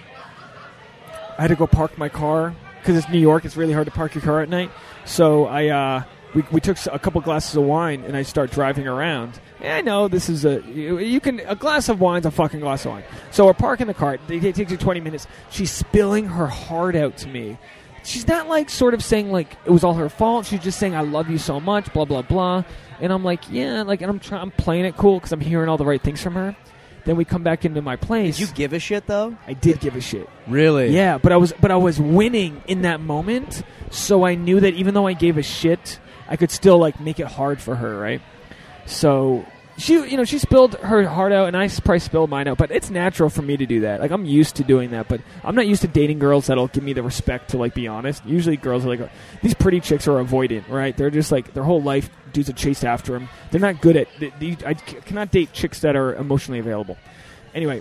Speaker 1: I had to go park my car because it's New York. It's really hard to park your car at night. So I uh, we, we took s- a couple glasses of wine and I start driving around. And I know this is a you, you can a glass of wine's a fucking glass of wine. So we're parking the car. It, it takes you twenty minutes. She's spilling her heart out to me. She's not like sort of saying like it was all her fault. She's just saying I love you so much, blah blah blah. And I'm like, yeah, like, and I'm trying, I'm playing it cool because I'm hearing all the right things from her. Then we come back into my place.
Speaker 2: Did you give a shit though?
Speaker 1: I did give a shit.
Speaker 2: Really?
Speaker 1: Yeah, but I was but I was winning in that moment, so I knew that even though I gave a shit, I could still like make it hard for her, right? So she, you know, she spilled her heart out, and I s- probably spilled mine out. But it's natural for me to do that. Like I'm used to doing that, but I'm not used to dating girls that'll give me the respect to like be honest. Usually, girls are like these pretty chicks are avoidant, right? They're just like their whole life dudes have chased after them. They're not good at. They, they, I c- cannot date chicks that are emotionally available. Anyway,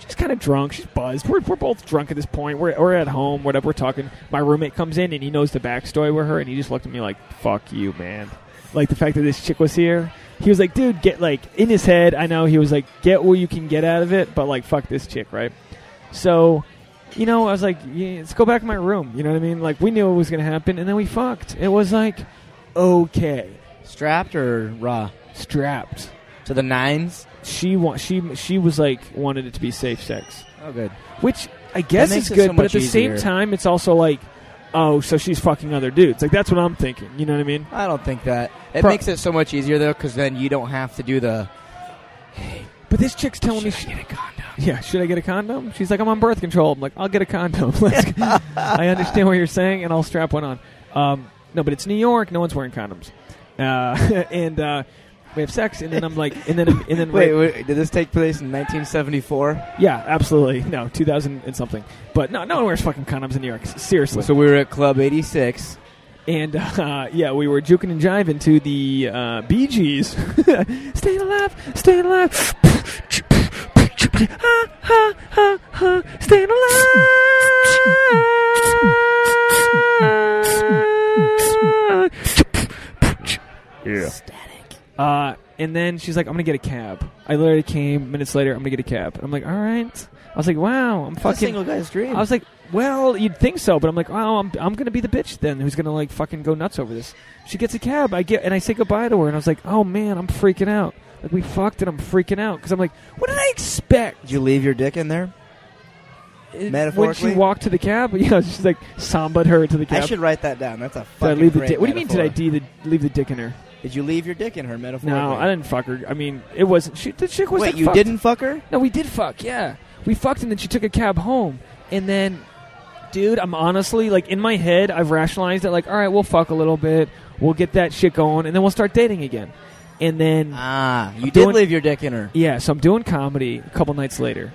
Speaker 1: She's kind of drunk. She's buzzed. We're, we're both drunk at this point. We're, we're at home, whatever we're talking. My roommate comes in and he knows the backstory with her, and he just looked at me like, fuck you, man. Like the fact that this chick was here. He was like, dude, get like, in his head, I know he was like, get what you can get out of it, but like, fuck this chick, right? So, you know, I was like, yeah, let's go back to my room. You know what I mean? Like, we knew it was going to happen, and then we fucked. It was like, okay,
Speaker 2: Strapped or raw?
Speaker 1: strapped.
Speaker 2: To the nines?
Speaker 1: She wa- she she was like wanted it to be safe sex.
Speaker 2: Oh, good.
Speaker 1: Which I guess
Speaker 2: makes
Speaker 1: is
Speaker 2: it
Speaker 1: good,
Speaker 2: so
Speaker 1: but
Speaker 2: much
Speaker 1: at the
Speaker 2: easier.
Speaker 1: same time, it's also like, oh, so she's fucking other dudes. Like that's what I'm thinking. You know what I mean?
Speaker 2: I don't think that it
Speaker 1: Pro-
Speaker 2: makes it so much easier though, because then you don't have to do the.
Speaker 1: But this chick's telling me,
Speaker 2: "Should I
Speaker 1: she-
Speaker 2: get a condom?
Speaker 1: yeah, should I get a condom? She's like, I'm on birth control. I'm like, I'll get a condom. Let's go. I understand what you're saying, and I'll strap one on. Um, no, but it's New York. No one's wearing condoms, uh, and uh, we have sex, and then I'm like, and then and then
Speaker 2: Wait, wait, did this take place in 1974?
Speaker 1: yeah, absolutely, no, 2000 and something. But no, no one wears fucking condoms in New York. Seriously.
Speaker 2: So we were at Club 86.
Speaker 1: And uh, yeah, we were juking and jiving to the uh, Bee Gees. staying alive, staying alive. Ha, ha, ha, ha, staying alive.
Speaker 4: Static.
Speaker 1: Uh, and then she's like, I'm going to get a cab. I literally came minutes later, I'm going to get a cab. I'm like, all right. I was like, wow, I'm
Speaker 2: Fucking
Speaker 1: fucking.
Speaker 2: single guy's dream.
Speaker 1: I was like, well, you'd think so, but I'm like, oh, I'm, I'm gonna be the bitch then, who's gonna like fucking go nuts over this. She gets a cab, I get, and I say goodbye to her, and I was like, oh man, I'm freaking out. Like we fucked, and I'm freaking out because I'm like, what did I expect?
Speaker 2: did you leave your dick in there?
Speaker 1: It- when
Speaker 2: metaphorically?
Speaker 1: she walked to the cab, you know, she's like sambaed her to the
Speaker 2: I
Speaker 1: cab.
Speaker 2: should write that down. That's a
Speaker 1: Did I
Speaker 2: fucking
Speaker 1: leave the
Speaker 2: great
Speaker 1: dick? What do you mean? Did I
Speaker 2: metaphor.
Speaker 1: d the, leave the dick in her?
Speaker 2: Did you leave your dick in her metaphorically?
Speaker 1: No, I didn't fuck her. I mean, it wasn't. She, the chick was
Speaker 2: Wait,
Speaker 1: like,
Speaker 2: you
Speaker 1: fucked.
Speaker 2: didn't fuck her?
Speaker 1: No, we did fuck. Yeah, we fucked and then she took a cab home. And then, dude, I'm honestly like in my head, I've rationalized it like, all right, we'll fuck a little bit, we'll get that shit going, and then we'll start dating again. And then,
Speaker 2: Ah, you
Speaker 1: I'm
Speaker 2: did
Speaker 1: doing-
Speaker 2: leave your dick in her.
Speaker 1: yeah, so I'm doing comedy a couple nights later.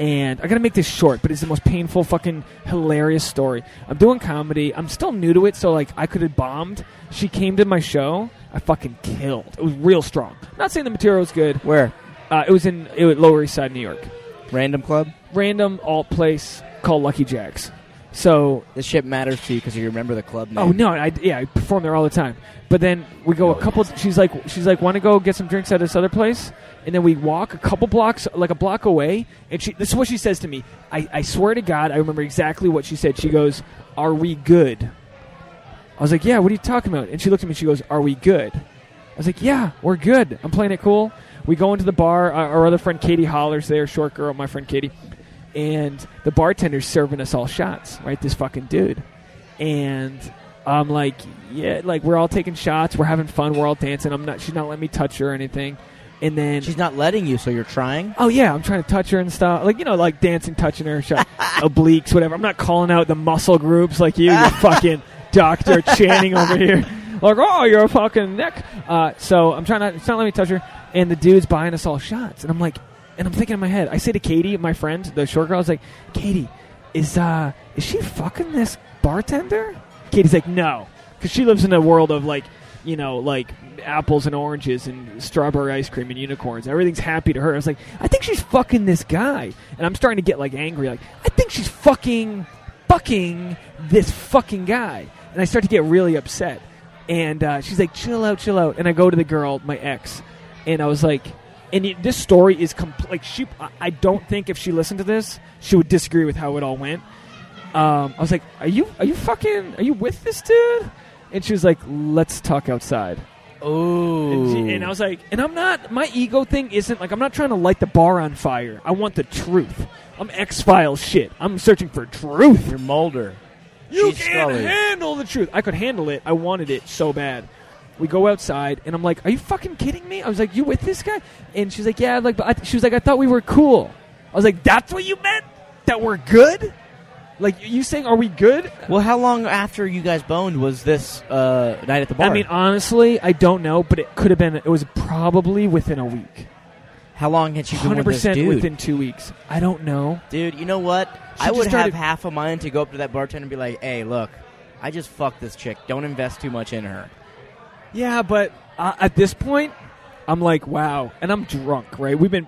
Speaker 1: And I gotta make this short, but it's the most painful, fucking hilarious story. I'm doing comedy. I'm still new to it, so like I could have bombed. She came to my show. I fucking killed. It was real strong. not saying the material was good.
Speaker 2: Where?
Speaker 1: Uh, it was in it was Lower East Side, New York.
Speaker 2: Random club?
Speaker 1: Random alt place called Lucky Jacks. So
Speaker 2: This shit matters to you because you remember the club name.
Speaker 1: Oh no! I yeah, I perform there all the time. But then we go a couple. She's like, she's like, want to go get some drinks at this other place, and then we walk a couple blocks, like a block away, and she. This is what she says to me. I, I swear to God, I remember exactly what she said. She goes, "Are we good?" I was like, "Yeah." What are you talking about? And she looked at me. She goes, "Are we good?" I was like, "Yeah, we're good. I'm playing it cool." We go into the bar. Uh, Our, our other friend Katie Holler's there, short girl, my friend Katie, and the bartender's serving us all shots. Right, this fucking dude and I'm like, yeah, like we're all taking shots, we're having fun, we're all dancing. I'm not, she's not letting me touch her or anything. And then,
Speaker 2: She's not letting you, so you're trying?
Speaker 1: oh yeah, I'm trying to touch her and stuff, like you know, like dancing, touching her, shot, obliques, whatever. I'm not calling out the muscle groups like you, you fucking doctor Channing over here. Like, oh, you're a fucking neck. Uh, so I'm trying not, it's not letting me touch her. And the dude's buying us all shots, and I'm like, and I'm thinking in my head, I say to Katie, my friend, the short girl, I was like, Katie, is uh, is she fucking this bartender? Katie's like, no, because she lives in a world of like, you know, like apples and oranges and strawberry ice cream and unicorns. Everything's happy to her. I was like, I think she's fucking this guy, and I'm starting to get like angry. Like, I think she's fucking, fucking this fucking guy, and I start to get really upset. And uh, she's like, chill out, chill out. And I go to the girl, my ex, and I was like, and it, this story is complete. Like she, I- I don't think if she listened to this, she would disagree with how it all went. Um, I was like, are you are you fucking are you with this dude? And she was like, let's talk outside. And,
Speaker 2: Oh.
Speaker 1: she- and I was like, and I'm not. My ego thing isn't like I'm not trying to light the bar on fire. I want the truth. I'm X Files shit. I'm searching for truth.
Speaker 2: You're Mulder.
Speaker 1: You
Speaker 2: She's
Speaker 1: can't
Speaker 2: Scully.
Speaker 1: handle the truth. I could handle it. I wanted it so bad. We go outside, and I'm like, "Are you fucking kidding me?" I was like, "You with this guy?" And she's like, "Yeah." Like, but I, she was like, "I thought we were cool." I was like, "That's what you meant? That we're good?" Like you saying, "Are we good?"
Speaker 2: Well, how long after you guys boned was this uh, night at the bar?
Speaker 1: I mean, honestly, I don't know, but it could have been. It was probably within a week,
Speaker 2: how long had you been
Speaker 1: hundred
Speaker 2: with this
Speaker 1: percent
Speaker 2: dude?
Speaker 1: within two weeks. I don't know.
Speaker 2: Dude, you know what? I
Speaker 1: just
Speaker 2: would
Speaker 1: started-
Speaker 2: have half a mind to go up to that bartender and be like, "Hey, look, I just fucked this chick. Don't invest too much in her."
Speaker 1: Yeah, but uh, at this point, I'm like, "Wow," and I'm drunk. Right? We've been.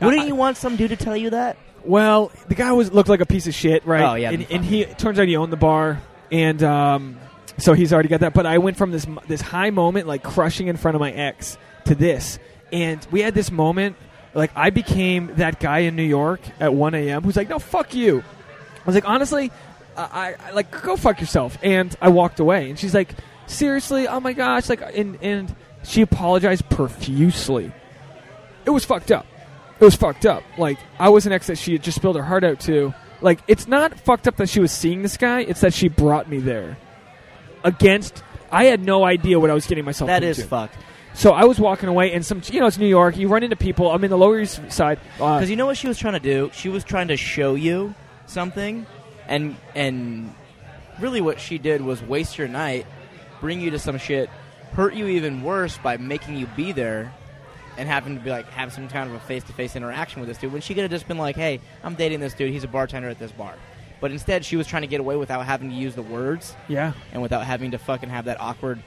Speaker 2: Wouldn't
Speaker 1: I-
Speaker 2: you want some dude to tell you that?
Speaker 1: Well, the guy was looked like a piece of shit, right?
Speaker 2: Oh, yeah,
Speaker 1: and,
Speaker 2: then
Speaker 1: and he it turns out he owned the bar, and um, so he's already got that. But I went from this m- this high moment, like crushing in front of my ex, to this, and we had this moment, like I became that guy in New York at 1 a.m. who's like, "No, fuck you." I was like, honestly, I, I, I like go fuck yourself, and I walked away. And she's like, seriously, oh my gosh, like, and and she apologized profusely. It was fucked up. It was fucked up. Like I was an ex that she had just spilled her heart out to. Like it's not fucked up that she was seeing this guy. It's that she brought me there. Against, I had no idea what I was getting myself.
Speaker 2: That
Speaker 1: into.
Speaker 2: is fucked.
Speaker 1: So I was walking away, and some, you know, it's New York. You run into people. I'm in the Lower East Side. Uh,
Speaker 2: Because you know what she was trying to do? She was trying to show you something, and and really what she did was waste your night, bring you to some shit, hurt you even worse by making you be there, and having to be like have some kind of a face to face interaction with this dude. When she could have just been like, "Hey, I'm dating this dude. He's a bartender at this bar," but instead she was trying to get away without having to use the words
Speaker 1: yeah.
Speaker 2: and without having to fucking have that awkward.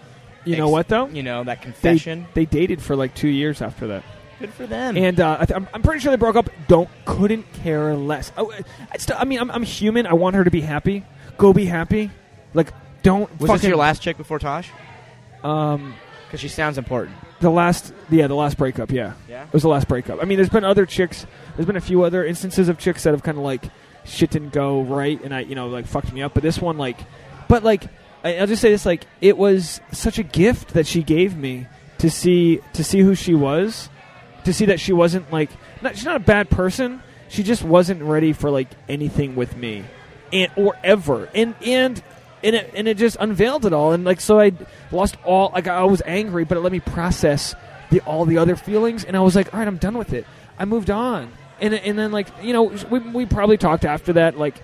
Speaker 1: You know
Speaker 2: ex-
Speaker 1: what though?
Speaker 2: You know that
Speaker 1: They,
Speaker 2: confession.
Speaker 1: they dated for like two years after that.
Speaker 2: Good for them.
Speaker 1: and uh, I th- I'm, I'm pretty sure they broke up. Don't couldn't care less. Oh, I, I, still, I mean, I'm, I'm human. I want her to be happy. Go be happy. Like, don't.
Speaker 2: was
Speaker 1: fucking,
Speaker 2: this your last chick before Tosh?
Speaker 1: Um,
Speaker 2: Because she sounds important.
Speaker 1: the last, yeah, the last breakup. Yeah,
Speaker 2: Yeah.
Speaker 1: it was the last breakup. I mean, there's been other chicks. There's been a few other instances of chicks that have kind of like shit didn't go right, and I, you know, like fucked me up. But this one, like, but like, I, I'll just say this: like, it was such a gift that she gave me to see to see who she was, to see that she wasn't like, not, she's not a bad person. She just wasn't ready for like anything with me, and or ever, and and. And it, and it just unveiled it all and like so i lost all like i was angry but it let me process the all the other feelings and i was like all right i'm done with it i moved on and then- and then like you know we, we probably talked after that like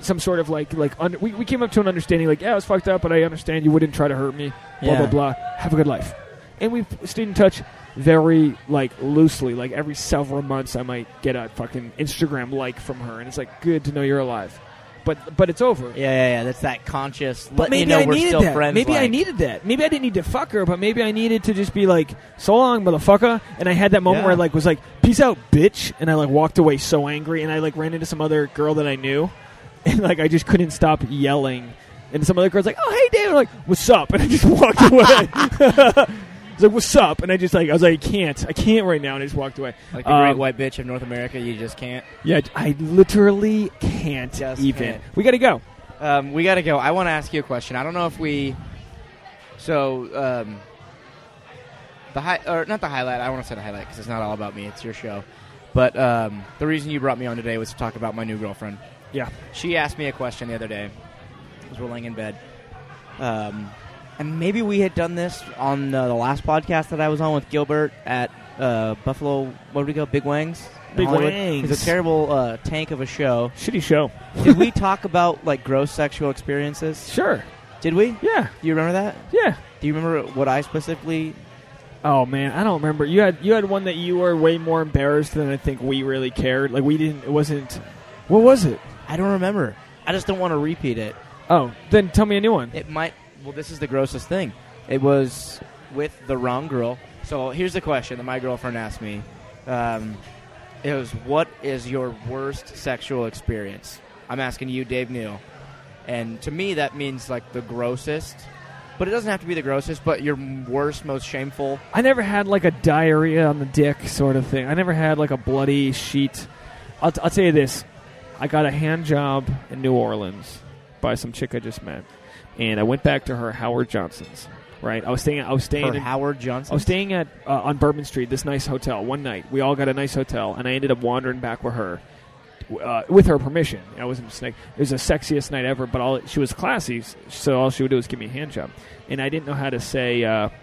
Speaker 1: some sort of like like under, we we came up to an understanding like yeah I was fucked up but I understand you wouldn't try to hurt me blah
Speaker 2: Yeah.
Speaker 1: blah blah have a good life and we stayed in touch very like loosely like every several months I might get a fucking Instagram like from her and it's like good to know you're alive but but it's over
Speaker 2: Yeah, yeah, yeah. That's that conscious.
Speaker 1: but
Speaker 2: let me
Speaker 1: maybe
Speaker 2: know
Speaker 1: I
Speaker 2: we're
Speaker 1: needed
Speaker 2: still
Speaker 1: that.
Speaker 2: friends.
Speaker 1: Maybe I
Speaker 2: like.
Speaker 1: needed that. Maybe I didn't need to fuck her, but maybe I needed to just be like, "So long, motherfucker." And I had that moment
Speaker 2: Yeah.
Speaker 1: where I like was like, "Peace out, bitch," and I like walked away so angry, and I like ran into some other girl that I knew, and like I just couldn't stop yelling, and some other girl's like, "Oh, hey, David," I'm like, "What's up?" And I just walked away. I was like, "What's up?" And I just like I was like, "I can't, I can't right now," and I just walked away.
Speaker 2: Like
Speaker 1: the great Um,
Speaker 2: white bitch of North America, you just can't.
Speaker 1: Yeah, I literally can't
Speaker 2: Just
Speaker 1: even.
Speaker 2: can't.
Speaker 1: We gotta go.
Speaker 2: Um, we got to go. I want to ask you a question. I don't know if we. So, um, the high or not the highlight. I want to say the highlight because it's not all about me. It's your show. But um, the reason you brought me on today was to talk about my new girlfriend.
Speaker 1: Yeah.
Speaker 2: She asked me a question the other day as we're laying in bed. Um, and maybe we had done this on uh, the last podcast that I was on with Gilbert at uh, Buffalo. Where did we go? Big Wangs. in
Speaker 1: Big
Speaker 2: Hollywood.
Speaker 1: Wangs.
Speaker 2: It's a terrible uh, tank of a show.
Speaker 1: Shitty show.
Speaker 2: Did we talk about like gross sexual experiences?
Speaker 1: Sure.
Speaker 2: Did we? Do
Speaker 1: Yeah.
Speaker 2: you remember that?
Speaker 1: Yeah.
Speaker 2: Do you remember what I specifically?
Speaker 1: Oh man, I don't remember. You had you had one that you were way more embarrassed than I think we really cared. Like we didn't. It wasn't. What was it?
Speaker 2: I don't remember. I just don't want to repeat it.
Speaker 1: Oh, then tell me a new one.
Speaker 2: It might. Well, this is the grossest thing. It was with the wrong girl. So here's the question that my girlfriend asked me. Um, it was, "What is your worst sexual experience?" I'm asking you, Dave Neal. And to me, that means like the grossest, but it doesn't have to be the grossest. But your worst, most shameful.
Speaker 1: I never had like a diarrhea on the dick sort of thing. I never had like a bloody sheet. I'll, t- I'll tell you this. I got a hand job in New Orleans by some chick I just met, and I went back to her Howard Johnson's. Right, I was staying. I was staying.
Speaker 2: For
Speaker 1: in-
Speaker 2: Howard
Speaker 1: I
Speaker 2: Johnson.
Speaker 1: was staying at uh, on Bourbon Street, this nice hotel. One night, we all got a nice hotel, and I ended up wandering back with her, uh, with her permission. I wasn't just like it was the sexiest night ever, but all she was classy, so all she would do was give me a hand job, and I didn't know how to say. Uh,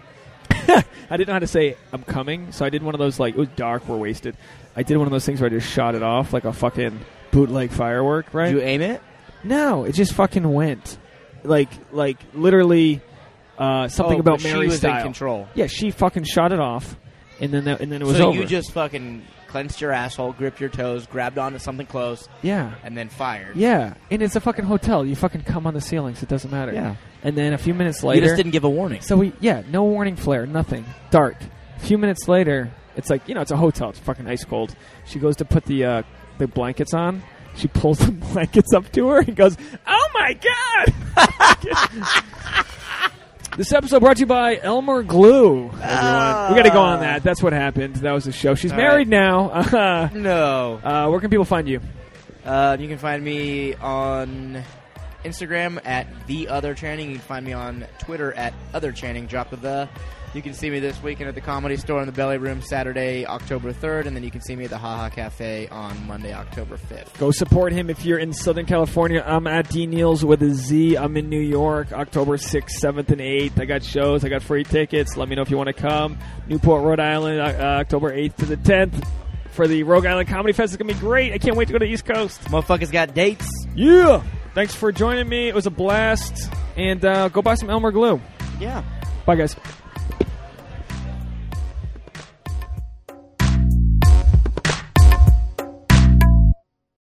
Speaker 1: I didn't know how to say I'm coming, so I did one of those like it was dark, we're wasted. I did one of those things where I just shot it off like a fucking bootleg firework, right?
Speaker 2: Did you aim it?
Speaker 1: no, it just fucking went, like like literally uh, something
Speaker 2: Oh,
Speaker 1: about
Speaker 2: she
Speaker 1: Mary
Speaker 2: was in
Speaker 1: style.
Speaker 2: control.
Speaker 1: Yeah, she fucking shot it off, and then that, and then it was
Speaker 2: so
Speaker 1: over.
Speaker 2: you just fucking clenched your asshole, gripped your toes, grabbed onto something close,
Speaker 1: yeah,
Speaker 2: and then fired.
Speaker 1: yeah, and it's a fucking hotel. You fucking come on the ceilings. It doesn't matter.
Speaker 2: Yeah.
Speaker 1: And then a few minutes
Speaker 2: You
Speaker 1: later,
Speaker 2: just didn't give a warning.
Speaker 1: so we yeah, no warning flare, nothing, dark. A few minutes later, it's like you know, it's a hotel. It's fucking ice cold. She goes to put the uh, the blankets on. She pulls the blankets up to her and goes, "Oh my god!" This episode brought to you by Elmer Glue. Everyone, we got to go on that. That's what happened. That was the show. She's
Speaker 2: All
Speaker 1: married now. Uh,
Speaker 2: No.
Speaker 1: Uh, where can people find you?
Speaker 2: Uh, you can find me on Instagram at the other Channing. You can find me on Twitter at other Channing. Drop the the. You can see me this weekend at the Comedy Store in the Belly Room Saturday, October third, and then you can see me at the Haha Cafe on Monday, October fifth.
Speaker 1: Go support him if you're in Southern California. I'm at D Neals with a Z. I'm in New York, October 6th, 7th, and 8th. I got shows. I got free tickets. Let me know if you want to come. Newport, Rhode Island, uh, uh, October 8th to the 10th for the Rogue Island Comedy Fest. It's going to be great. I can't wait to go to the East Coast.
Speaker 2: Motherfuckers got dates.
Speaker 1: Yeah. Thanks for joining me. It was a blast. And uh, go buy some Elmer Glue.
Speaker 2: Yeah.
Speaker 1: Bye, guys.